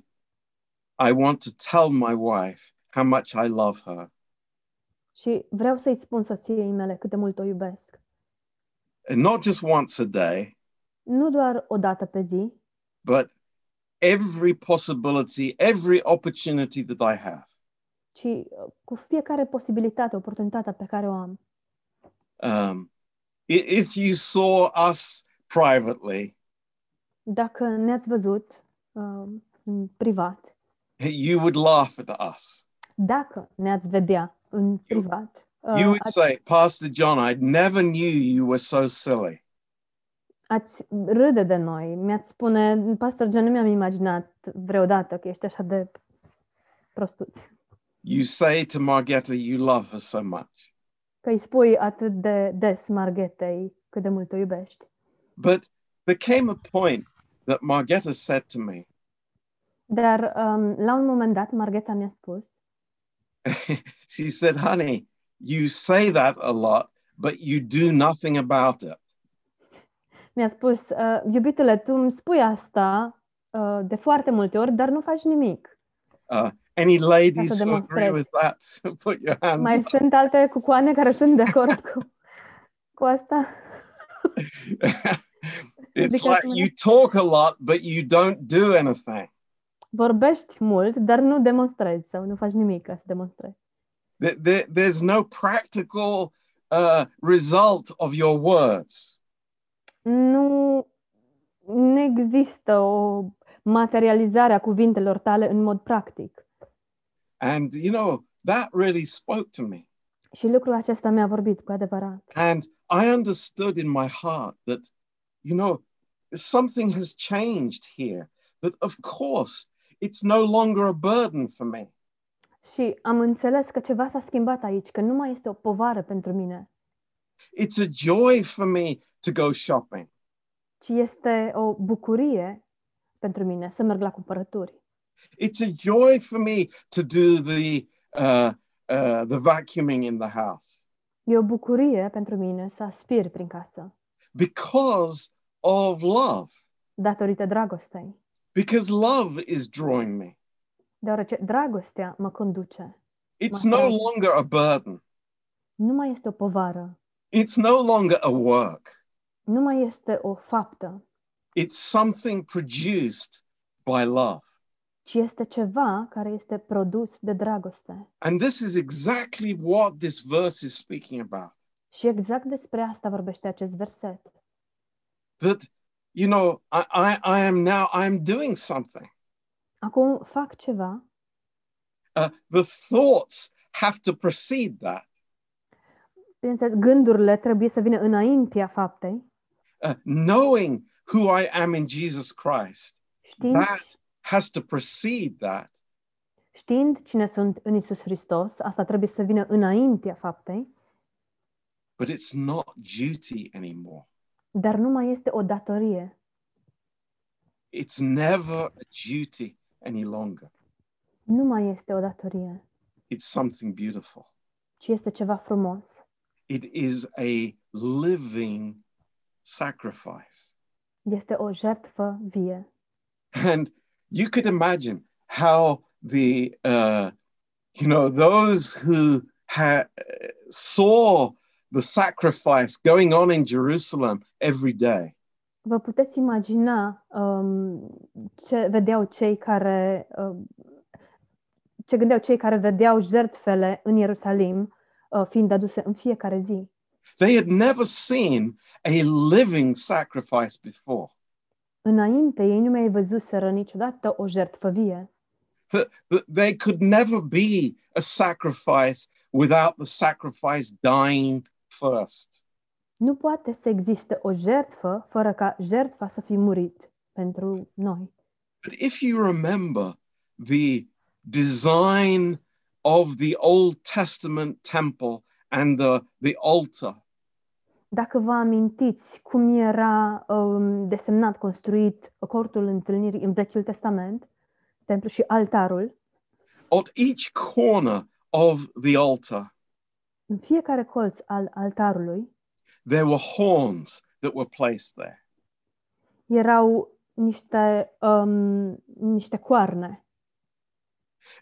I want to tell my wife how much I love her
Și vreau să-i spun soției mele cât de mult o iubesc.
and not just once a day
Nu doar o dată pe zi,
but every possibility every opportunity that I have
ci uh, cu fiecare posibilitate, oportunitatea pe care o am.
um, i- if you saw us privately
Dacă ne-ați văzut uh, în privat,
you would laugh at us
dacă ne-ați vedea în privat, uh,
you would
ați,
say pastor john i never knew you were so silly
ați râde de noi. Mi-ați spune, pastor, John, nu mi-am imaginat vreodată că ești așa de prostuț.
you say to margetta you love her so much
Că îi spui atât de des Marghetei cât de mult o iubești.
But there came a point that Margetta said to me,
Dar um, la un moment dat, Margheta mi-a spus,
she said, honey, you say that a lot, but you do nothing about it.
mi-a spus, "Uh, iubitule, tu îmi spui asta uh, de foarte multe ori, dar nu faci nimic.
Any ladies
That's a
who agree
demonstration.
with that, put your hands
Mai sunt alte cucoane care sunt de acord cu, cu asta?
up. it's
Because
like
when
you talk a lot, but you don't do anything.
Vorbești mult, dar nu demonstrezi sau nu faci nimic ca să demonstrezi.
There- there- there's no practical uh, result of your words.
Nu, nu există o materializare a cuvintelor tale în mod practic.
And, you know, that really spoke to me.
Și lucrul acesta mi-a vorbit cu adevărat.
And I understood in my heart that, you know, something has changed here. That, of course, it's no longer a burden for me.
Și am înțeles că ceva s-a schimbat aici, că nu mai este o povară pentru mine,
It's a joy for me to go shopping.
ci este o bucurie pentru mine să merg la cumpărături.
It's a joy for me to do the uh, uh, the vacuuming in the house
E o bucurie pentru mine să aspir prin casă,
because of love.
datorită dragostei,
Because love is drawing me.
deoarece dragostea mă conduce.
It's
My
no
God.
longer a burden.
Nu mai este o povară,
It's no longer a work.
nu mai este o faptă,
It's something produced by love.
ci este ceva care este produs de dragoste.
And this is exactly what this verse is speaking about.
Și exact despre asta vorbește acest verset.
That, you know, I, I, I am now, I'm doing something.
Acum fac ceva,
Uh, the thoughts have to precede that.
bineînțeles, gândurile trebuie să vină înaintea faptei,
Uh, knowing who I am in Jesus Christ
știind
That- has to precede that.
Știind cine sunt în Isus Hristos, asta trebuie să vină înaintea faptei,
But it's not duty anymore.
dar nu mai este o datorie.
It's never a duty any longer.
Nu mai este o datorie,
It's something beautiful.
ci este ceva frumos.
It is a living sacrifice.
Este o jertfă vie.
And you could imagine how the uh, you know those who ha- saw the sacrifice going on in Jerusalem every day.
Vă puteți imagina um, ce vedeau cei care um, ce gândeau cei care vedeau jertfele în Ierusalim uh, fiind aduse în fiecare zi.
They had never seen a living sacrifice before.
Înainte ei nu mai văzuseră niciodată o jertfă vie.
That that there could never be a sacrifice without the sacrifice dying first.
Nu poate să existe o jertfă fără ca jertfa să fi murit pentru noi.
But if you remember the design of the Old Testament temple and the, the altar,
Dacă vă amintiți cum era um, desemnat, construit cortul întâlnirii în Vechiul Testament, templu și altarul,
At each corner of the altar,
în fiecare colț al altarului
there were horns that were placed there.
erau niște, um, niște coarne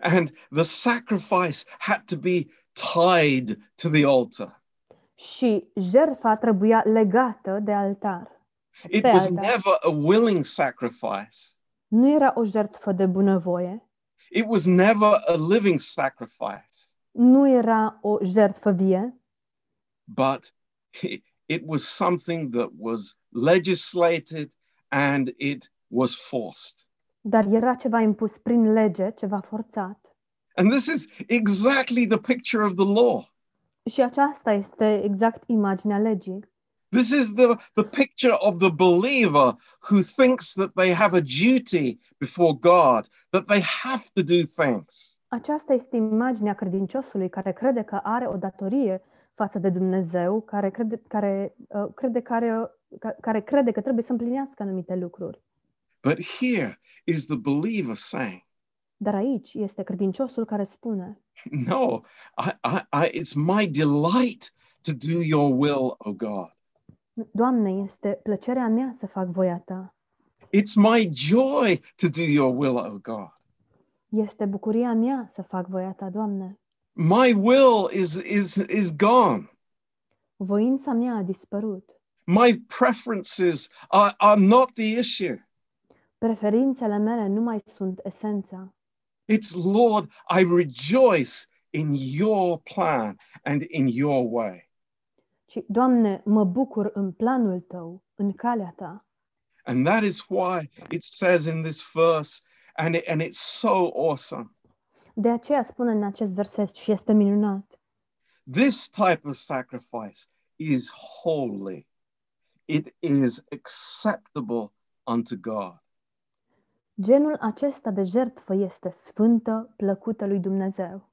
And the sacrifice had to be tied to the altar.
și jertfa trebuia legată de altar.
It
pe
was
altar.
never a willing sacrifice.
Nu era o jertfă de bunăvoie,
It was never a living sacrifice,
nu era o jertfă vie,
but it, it was something that was legislated and it was forced.
dar era ceva impus prin lege, ceva forțat.
And this is exactly the picture of the law.
Și aceasta este exact imaginea legii.
This is the, the picture of the believer who thinks that they have a duty before God, that they have to do things.
Aceasta este imaginea credinciosului care crede că are o datorie față de Dumnezeu, care crede, care, uh, crede, că are, ca- care crede că trebuie să împlinească anumite lucruri.
But here is the believer saying,
Dar aici este credinciosul care spune,
No, I, I, I, it's my delight to do your will, O God.
Doamne, este plăcerea mea să fac voia ta.
It's my joy to do your will, O God.
Este bucuria mea să fac voia ta, Doamne.
My will is, is, is gone.
Voința mea a dispărut.
My preferences are, are not the issue.
Preferințele mele nu mai sunt esența.
It's, Lord, I rejoice in your plan and in your way.
ci, Doamne, mă bucur în planul Tău, în calea Ta.
And that is why it says in this verse, and, it, and it's so awesome.
De aceea spune în acest verset și este minunat.
This type of sacrifice is holy. It is acceptable unto God.
Genul acesta de jertfă este sfântă, plăcută lui Dumnezeu.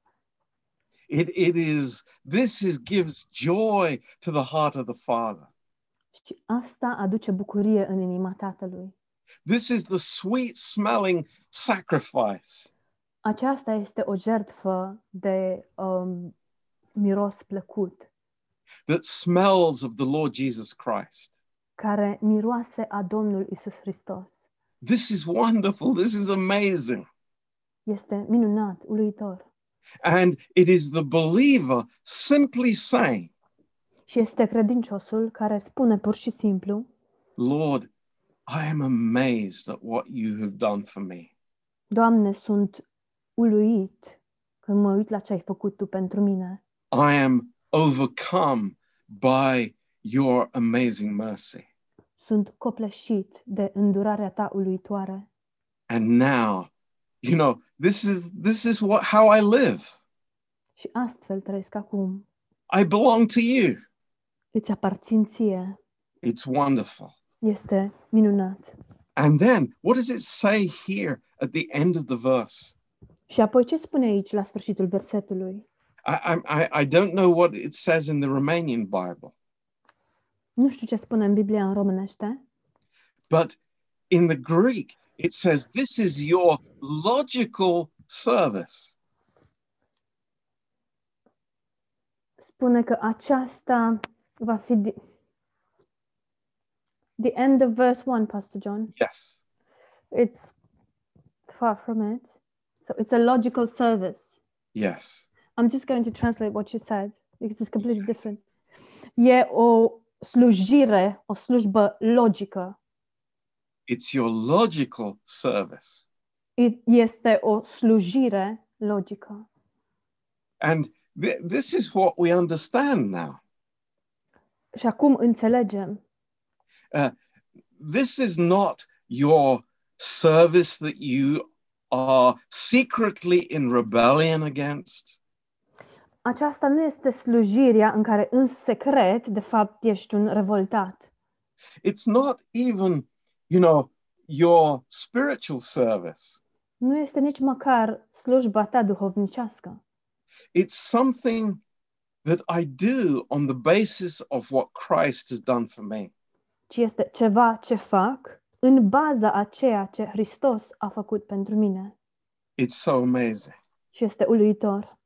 It, it is, this is, gives joy to the heart of the Father.
Și asta aduce bucurie în inima Tatălui.
This is the sweet smelling sacrifice.
Aceasta este o jertfă de um, miros plăcut,
that smells of the Lord Jesus Christ.
care miroase a Domnului Isus Hristos.
This is wonderful. This is amazing.
Este minunat, uluitor.
And it is the believer simply saying,
Și este credinciosul care spune pur și simplu,
Lord, I am amazed at what you have done for me.
Doamne, sunt uluit când mă uit la ce ai făcut tu pentru mine.
I am overcome by your amazing mercy.
Sunt copleșit de îndurarea ta uluitoare.
And now, you know, this is this is what how I live.
Și astfel trăiesc acum.
I belong to you.
Îți aparțin ție.
It's wonderful.
Este minunat.
And then, what does it say here at the end of the verse?
Și apoi ce spune aici la sfârșitul versetului?
I, I'm- I, I don't know what it says in the Romanian Bible,
Nu știu ce spune în Biblia în românește,
but in the Greek, it says, This is your logical service.
spune că aceasta va fi di- the end of verse 1, Pastor John.
Yes.
It's far from it. So it's a logical service.
Yes.
I'm just going to translate what you said because it's completely different. E o slujire, o slujbă logică.
It's your logical service.
It este o slujire logică.
And th- this is what we understand now.
Și acum înțelegem.
This is not your service that you are secretly in rebellion against.
Aceasta nu este slujirea în care în secret, de fapt, ești un revoltat.
It's not even, you know, your spiritual service.
Nu este nici măcar slujba ta duhovnicească.
it's something that I do on the basis of what Christ has done for me.
ci este ceva ce fac în baza a ceea ce Hristos a făcut pentru mine.
It's so amazing.
Și este uluitor.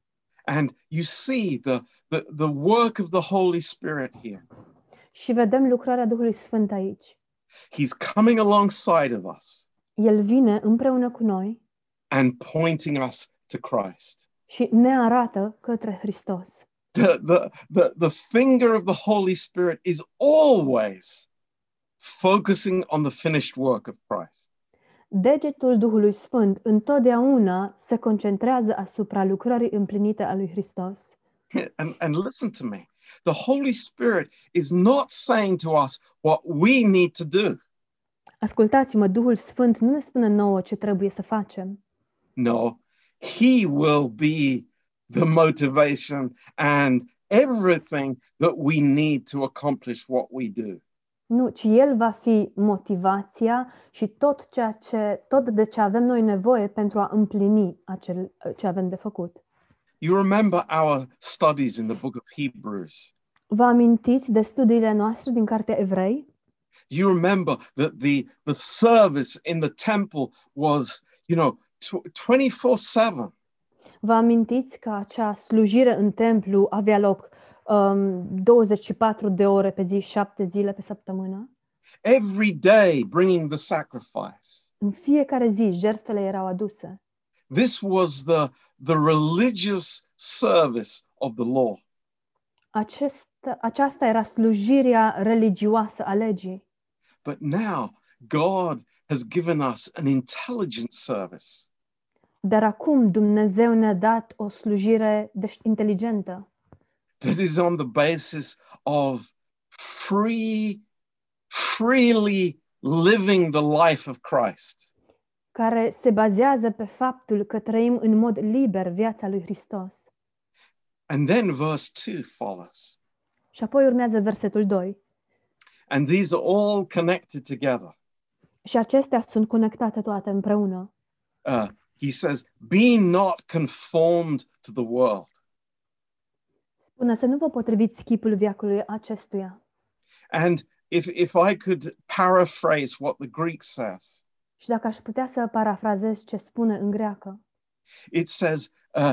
And you see the, the, the work of the Holy Spirit here.
Și vedem lucrarea Duhului Sfânt aici.
He's coming alongside of us
El vine împreună cu noi
and pointing us to Christ.
și ne arată către Hristos.
The, the, the, the finger of the Holy Spirit is always focusing on the finished work of Christ.
Degetul Duhului Sfânt întotdeauna se concentrează asupra lucrării împlinite a lui Hristos.
And, and listen to me. The Holy Spirit is not saying to us what we need to do.
Ascultați-mă, Duhul Sfânt nu ne spune nouă ce trebuie să facem,
No, He will be the motivation and everything that we need to accomplish what we do.
nu, ci El va fi motivația și tot, ceea ce, tot de ce avem noi nevoie pentru a împlini acel, ce avem de făcut.
You remember our studies in the book of Hebrews.
Vă amintiți de studiile noastre din Cartea Evrei?
You remember that the, the service in the temple was, you know, 24 7.
Vă amintiți că acea slujire în templu avea loc um, 24 de ore pe zi, 7 zile pe săptămână?
Every day bringing the sacrifice.
În fiecare zi jertfele erau aduse.
This was the, the religious service of the law.
Acest, aceasta era slujirea religioasă a legii.
But now God has given us an intelligent service.
Dar acum Dumnezeu ne-a dat o slujire deș- inteligentă,
that is on the basis of free, freely living the life of Christ.
care se bazează pe faptul că trăim în mod liber viața lui Hristos.
And then verse 2 follows.
Și apoi urmează versetul 2.
And these are all connected together.
Și acestea sunt conectate toate împreună.
Uh, he says, Be not conformed to the world.
Până să nu vă potriviți chipul viacului acestuia.
And if, if I could paraphrase what the Greek says,
Și dacă aș putea să parafrazez ce spune în greacă,
it says, uh,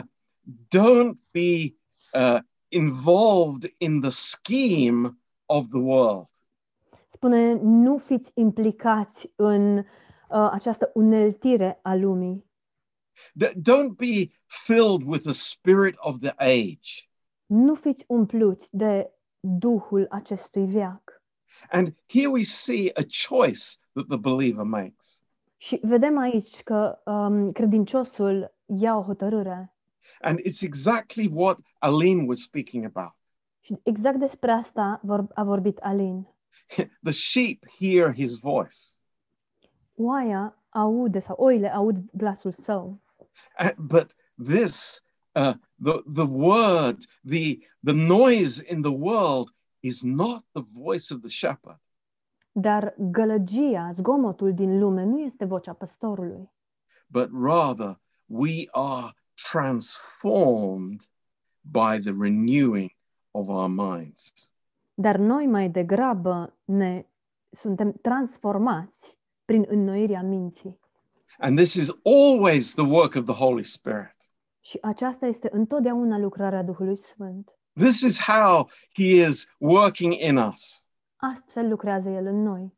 Don't be uh, involved in the scheme of the world.
spune nu fiți implicați în uh, această uneltire a lumii.
D- don't be filled with the spirit of the age.
Nu fiți umpluți de duhul acestui veac.
And here we see a choice that the believer makes.
Și vedem aici că um, credinciosul ia o hotărâre.
And it's exactly what Aline was speaking about.
Și exact despre asta vor, a vorbit Alin.
The sheep hear his voice,
Oaia aude sau oile aud glasul său.
Uh, but this, uh, the, the word, the, the noise in the world is not the voice of the shepherd.
Dar gălăgia, zgomotul din lume nu este vocea păstorului,
but rather we are transformed by the renewing of our minds.
dar noi mai degrabă ne suntem transformați prin înnoirea minții.
And this is always the work of the Holy Spirit.
Și aceasta este întotdeauna lucrarea Duhului Sfânt.
This is how He is working in us,
Astfel lucrează El în noi.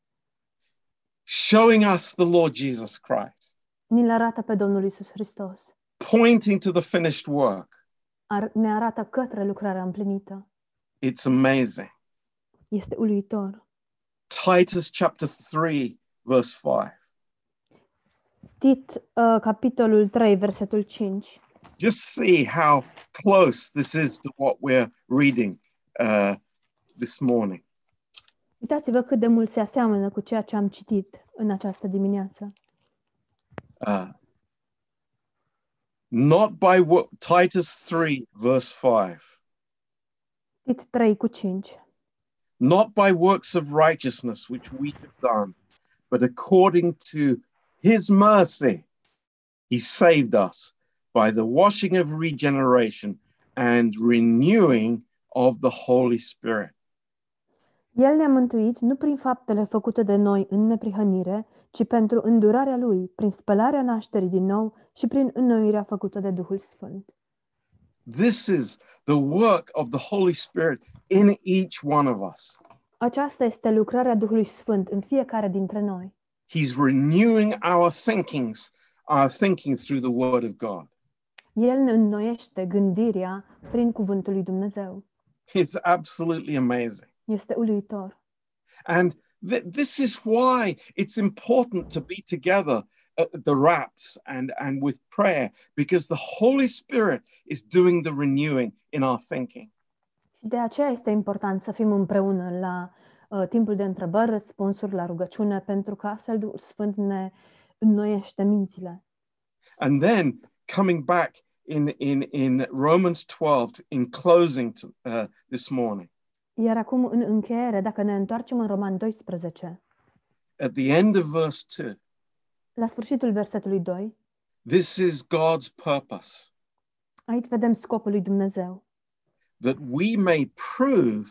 showing us the Lord Jesus Christ,
Ni-L arată pe Domnul Isus Hristos.
pointing to the finished work.
Ar, ne arată către lucrarea împlinită.
It's amazing.
Este uluitor.
Titus chapter 3, verse 5.
Tit, uh, capitolul 3, versetul 5.
just see how close this is to what we're reading uh, this morning.
Uitați-vă cât de mult se aseamănă cu ceea ce am citit în această dimineață.
Uh, not by wo- Titus 3, verse 5.
Tit 3 cu 5.
Not by works of righteousness which we have done, but according to his mercy, he saved us by the washing of regeneration and renewing of the Holy Spirit.
El ne-a mântuit nu prin faptele făcute de noi în neprihănire, ci pentru îndurarea Lui, prin spălarea nașterii din nou și prin înnoirea făcută de Duhul Sfânt.
This is the work of the Holy Spirit in each one of us.
Aceasta este lucrarea Duhului Sfânt în fiecare dintre noi.
He's renewing our thinkings, our thinking through the Word of God.
El ne înnoiește gândirea prin cuvântul lui Dumnezeu.
It's absolutely amazing.
Este uluitor.
And th- this is why it's important to be together at the wraps and, and with prayer, because the Holy Spirit is doing the renewing in our thinking.
Și de aceea este important să fim împreună la uh, timpul de întrebări, răspunsuri, la rugăciune, pentru că astfel Duhul Sfânt ne înnoiește mințile.
And then coming back in, in, in Romans 12, in closing to, uh, this morning,
Iar acum, în încheiere, dacă ne întoarcem în Roman 12,
at the end of verse 2,
la sfârșitul versetului 2,
this is God's purpose
aici vedem scopul lui Dumnezeu.
that we may prove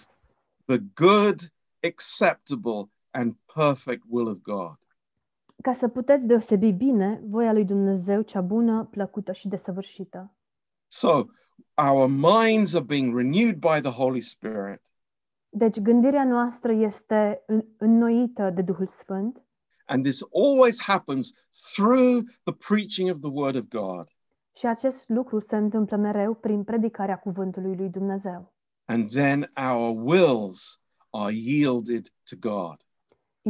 the good, acceptable, and perfect will of God.
Ca să puteți deosebi bine voia lui Dumnezeu cea bună, plăcută și desăvârșită.
So our minds are being renewed by the Holy Spirit,
Deci gândirea noastră este în- înnoită de Duhul Sfânt
and this always happens through the preaching of the Word of God.
și acest lucru se întâmplă mereu prin predicarea cuvântului lui Dumnezeu.
And then our wills are yielded to God.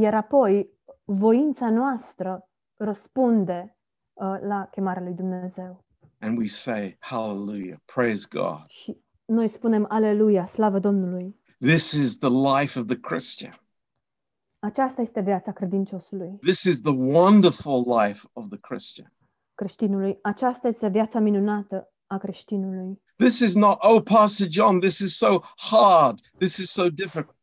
Iar apoi, voința noastră răspunde uh, la chemarea lui Dumnezeu.
And we say, Hallelujah, praise God.
Și noi spunem, Aleluia, slavă Domnului!
This is the life of the Christian.
Aceasta este viața credinciosului,
This is the wonderful life of the Christian.
creștinului. Aceasta este viața minunată a creștinului.
This is not, oh, Pastor John, this is so hard. This is so difficult.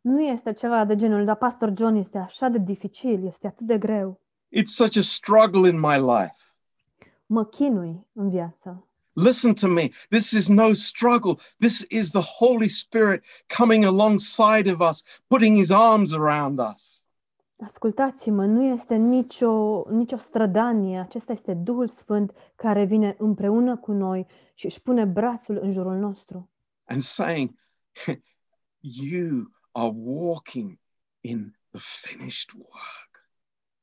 Nu este ceva de genul, dar pastor John este așa de dificil, este atât de greu.
It's such a struggle in my life.
Mă chinui în viață.
Listen to me. This is no struggle. This is the Holy Spirit coming alongside of us, putting his arms around us.
Ascultați-mă, nu este nicio, nicio strădanie. Acesta este Duhul Sfânt care vine împreună cu noi și își pune brațul în jurul nostru
and saying, You are walking in the finished work.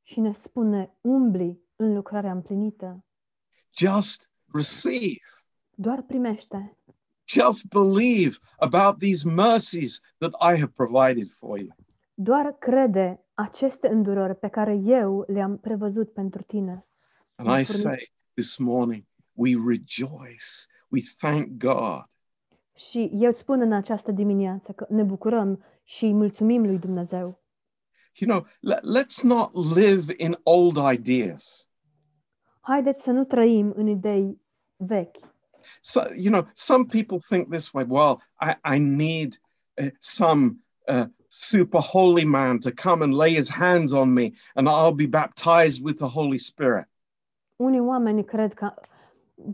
și ne spune, umbli în lucrarea împlinită.
Just receive,
Doar primește.
just believe about these mercies that I have provided for you.
Doar crede aceste îndurări pe care eu le-am prevăzut pentru tine.
And I
Amen.
say this morning, we rejoice, we thank God
Și eu spun în această dimineață că ne bucurăm și îi mulțumim lui Dumnezeu.
you know, let, let's not live in old ideas.
Haideți să nu trăim în idei vechi.
So, you know, some people think this way well, I, I need uh, some uh, super holy man to come and lay his hands on me and I'll be baptized with the Holy Spirit.
Unii oameni cred că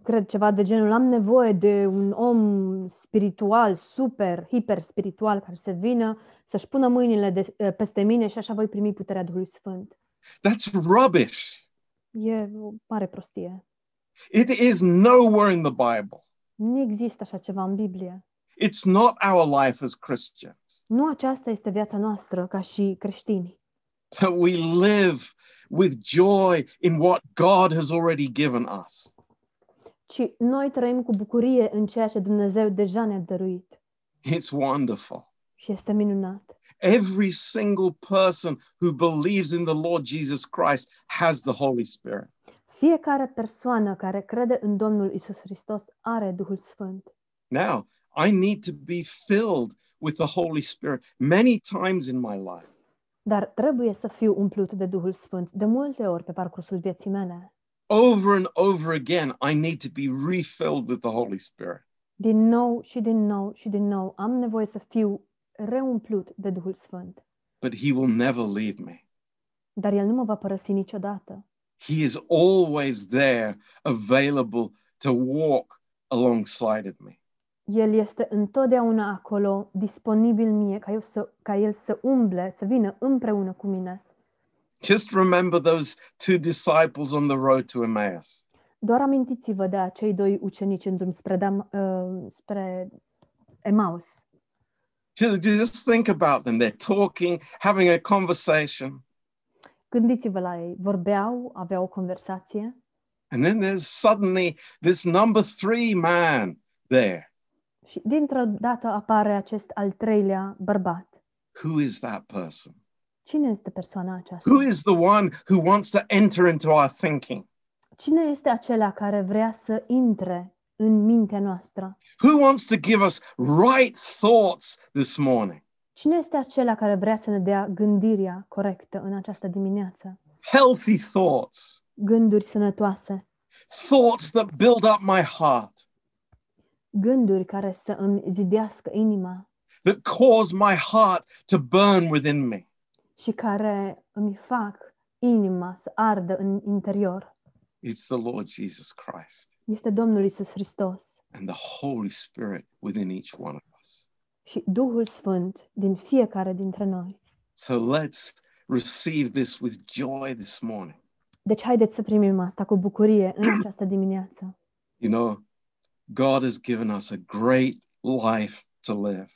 cred ceva de genul am nevoie de un om spiritual, super, hiper spiritual care să vină să-și pună mâinile de, ă, peste mine și așa voi primi puterea Duhului Sfânt.
That's rubbish.
E o mare prostie.
It is nowhere in the Bible.
Nu există așa ceva în Biblie.
It's not our life as Christians
Nu aceasta este viața noastră ca și creștini,
that we live with joy in what God has already given us.
ci noi trăim cu bucurie în ceea ce Dumnezeu deja ne-a dăruit.
It's wonderful.
Și este minunat.
Every single person who believes in the Lord Jesus Christ has the Holy Spirit.
Fiecare persoană care crede în Domnul Isus Hristos are Duhul Sfânt.
Now, I need to be filled with the Holy Spirit many times in my life.
Dar trebuie să fiu umplut de Duhul Sfânt de multe ori pe parcursul vieții mele.
Over and over again, I need to be refilled with the Holy Spirit.
Din nou și din nou și din nou am nevoie să fiu reumplut de Duhul Sfânt.
But He will never leave me.
Dar El nu mă va părăsi niciodată.
He is always there, available to walk alongside of me.
El este întotdeauna acolo, disponibil mie, ca, eu să, ca El să umble, să vină împreună cu mine.
Just remember those two disciples on the road to Emmaus.
Doar amintiți-vă de acei doi ucenici în drum spre, Dam, uh, spre Emaus.
Ju- Just think about them. They're talking, having a conversation,
Gândiți-vă la ei. Vorbeau, aveau o conversație
and then there's suddenly this number three man there.
și dintr-o dată apare acest al treilea bărbat.
Who is that person?
Cine este persoana aceasta?
Who is the one who wants to enter into our thinking?
Cine este acela care vrea să intre în mintea noastră?
Who wants to give us right thoughts this morning?
Cine este acela care vrea să ne dea gândirea corectă în această dimineață?
Healthy thoughts,
Gânduri sănătoase,
thoughts that build up my heart,
gânduri care să îmi zidească inima
that cause my heart to burn within me.
și care îmi fac inima să ardă în interior.
It's the Lord Jesus Christ
Este Domnul Isus Hristos
and the Holy Spirit within each one of us.
și Duhul Sfânt din fiecare dintre noi.
So let's receive this with joy this morning.
Deci haideți să primim asta cu bucurie în această dimineață.
You know, God has given us a great life to live.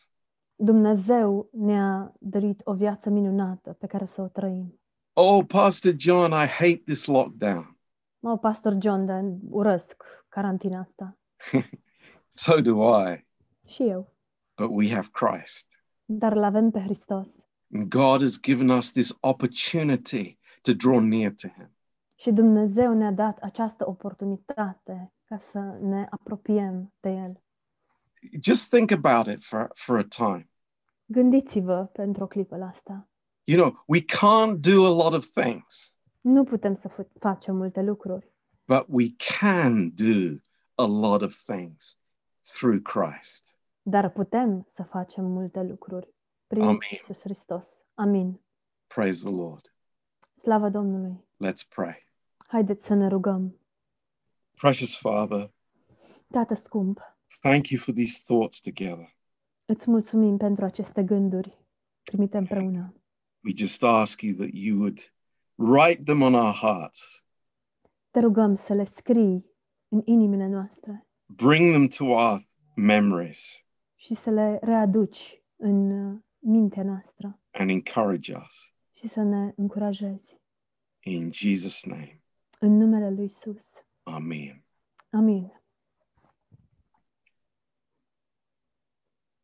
Dumnezeu ne-a dăruit o viață minunată pe care să o trăim.
Oh, Pastor John, I hate this lockdown.
Mă, pastor John, dar urăsc carantina asta.
So do I.
Și eu.
But we have Christ.
Dar îl avem pe Hristos.
And God has given us this opportunity to draw near to Him.
Și Dumnezeu ne-a dat această oportunitate ca să ne apropiem de El.
Just think about it for, for a time.
Gândiți-vă pentru o clipă la asta.
You know, we can't do a lot of things,
Nu putem să fu- facem multe lucruri,
but we can do a lot of things through Christ.
dar putem să facem multe lucruri prin
Amin.
Iisus Hristos. Amin.
Praise the Lord.
Slava Domnului!
Let's pray.
Haideți să ne rugăm.
Precious Father,
Tată scump,
thank you for these thoughts together.
îți mulțumim pentru aceste gânduri primite împreună.
We just ask you that you would write them on our hearts,
Te rugăm să le scrii în inimile noastre
bring them to our memories,
și să le readuci în uh, mintea noastră
and encourage us.
și să ne încurajezi.
In Jesus' name,
În numele lui Isus.
Amen.
Amin.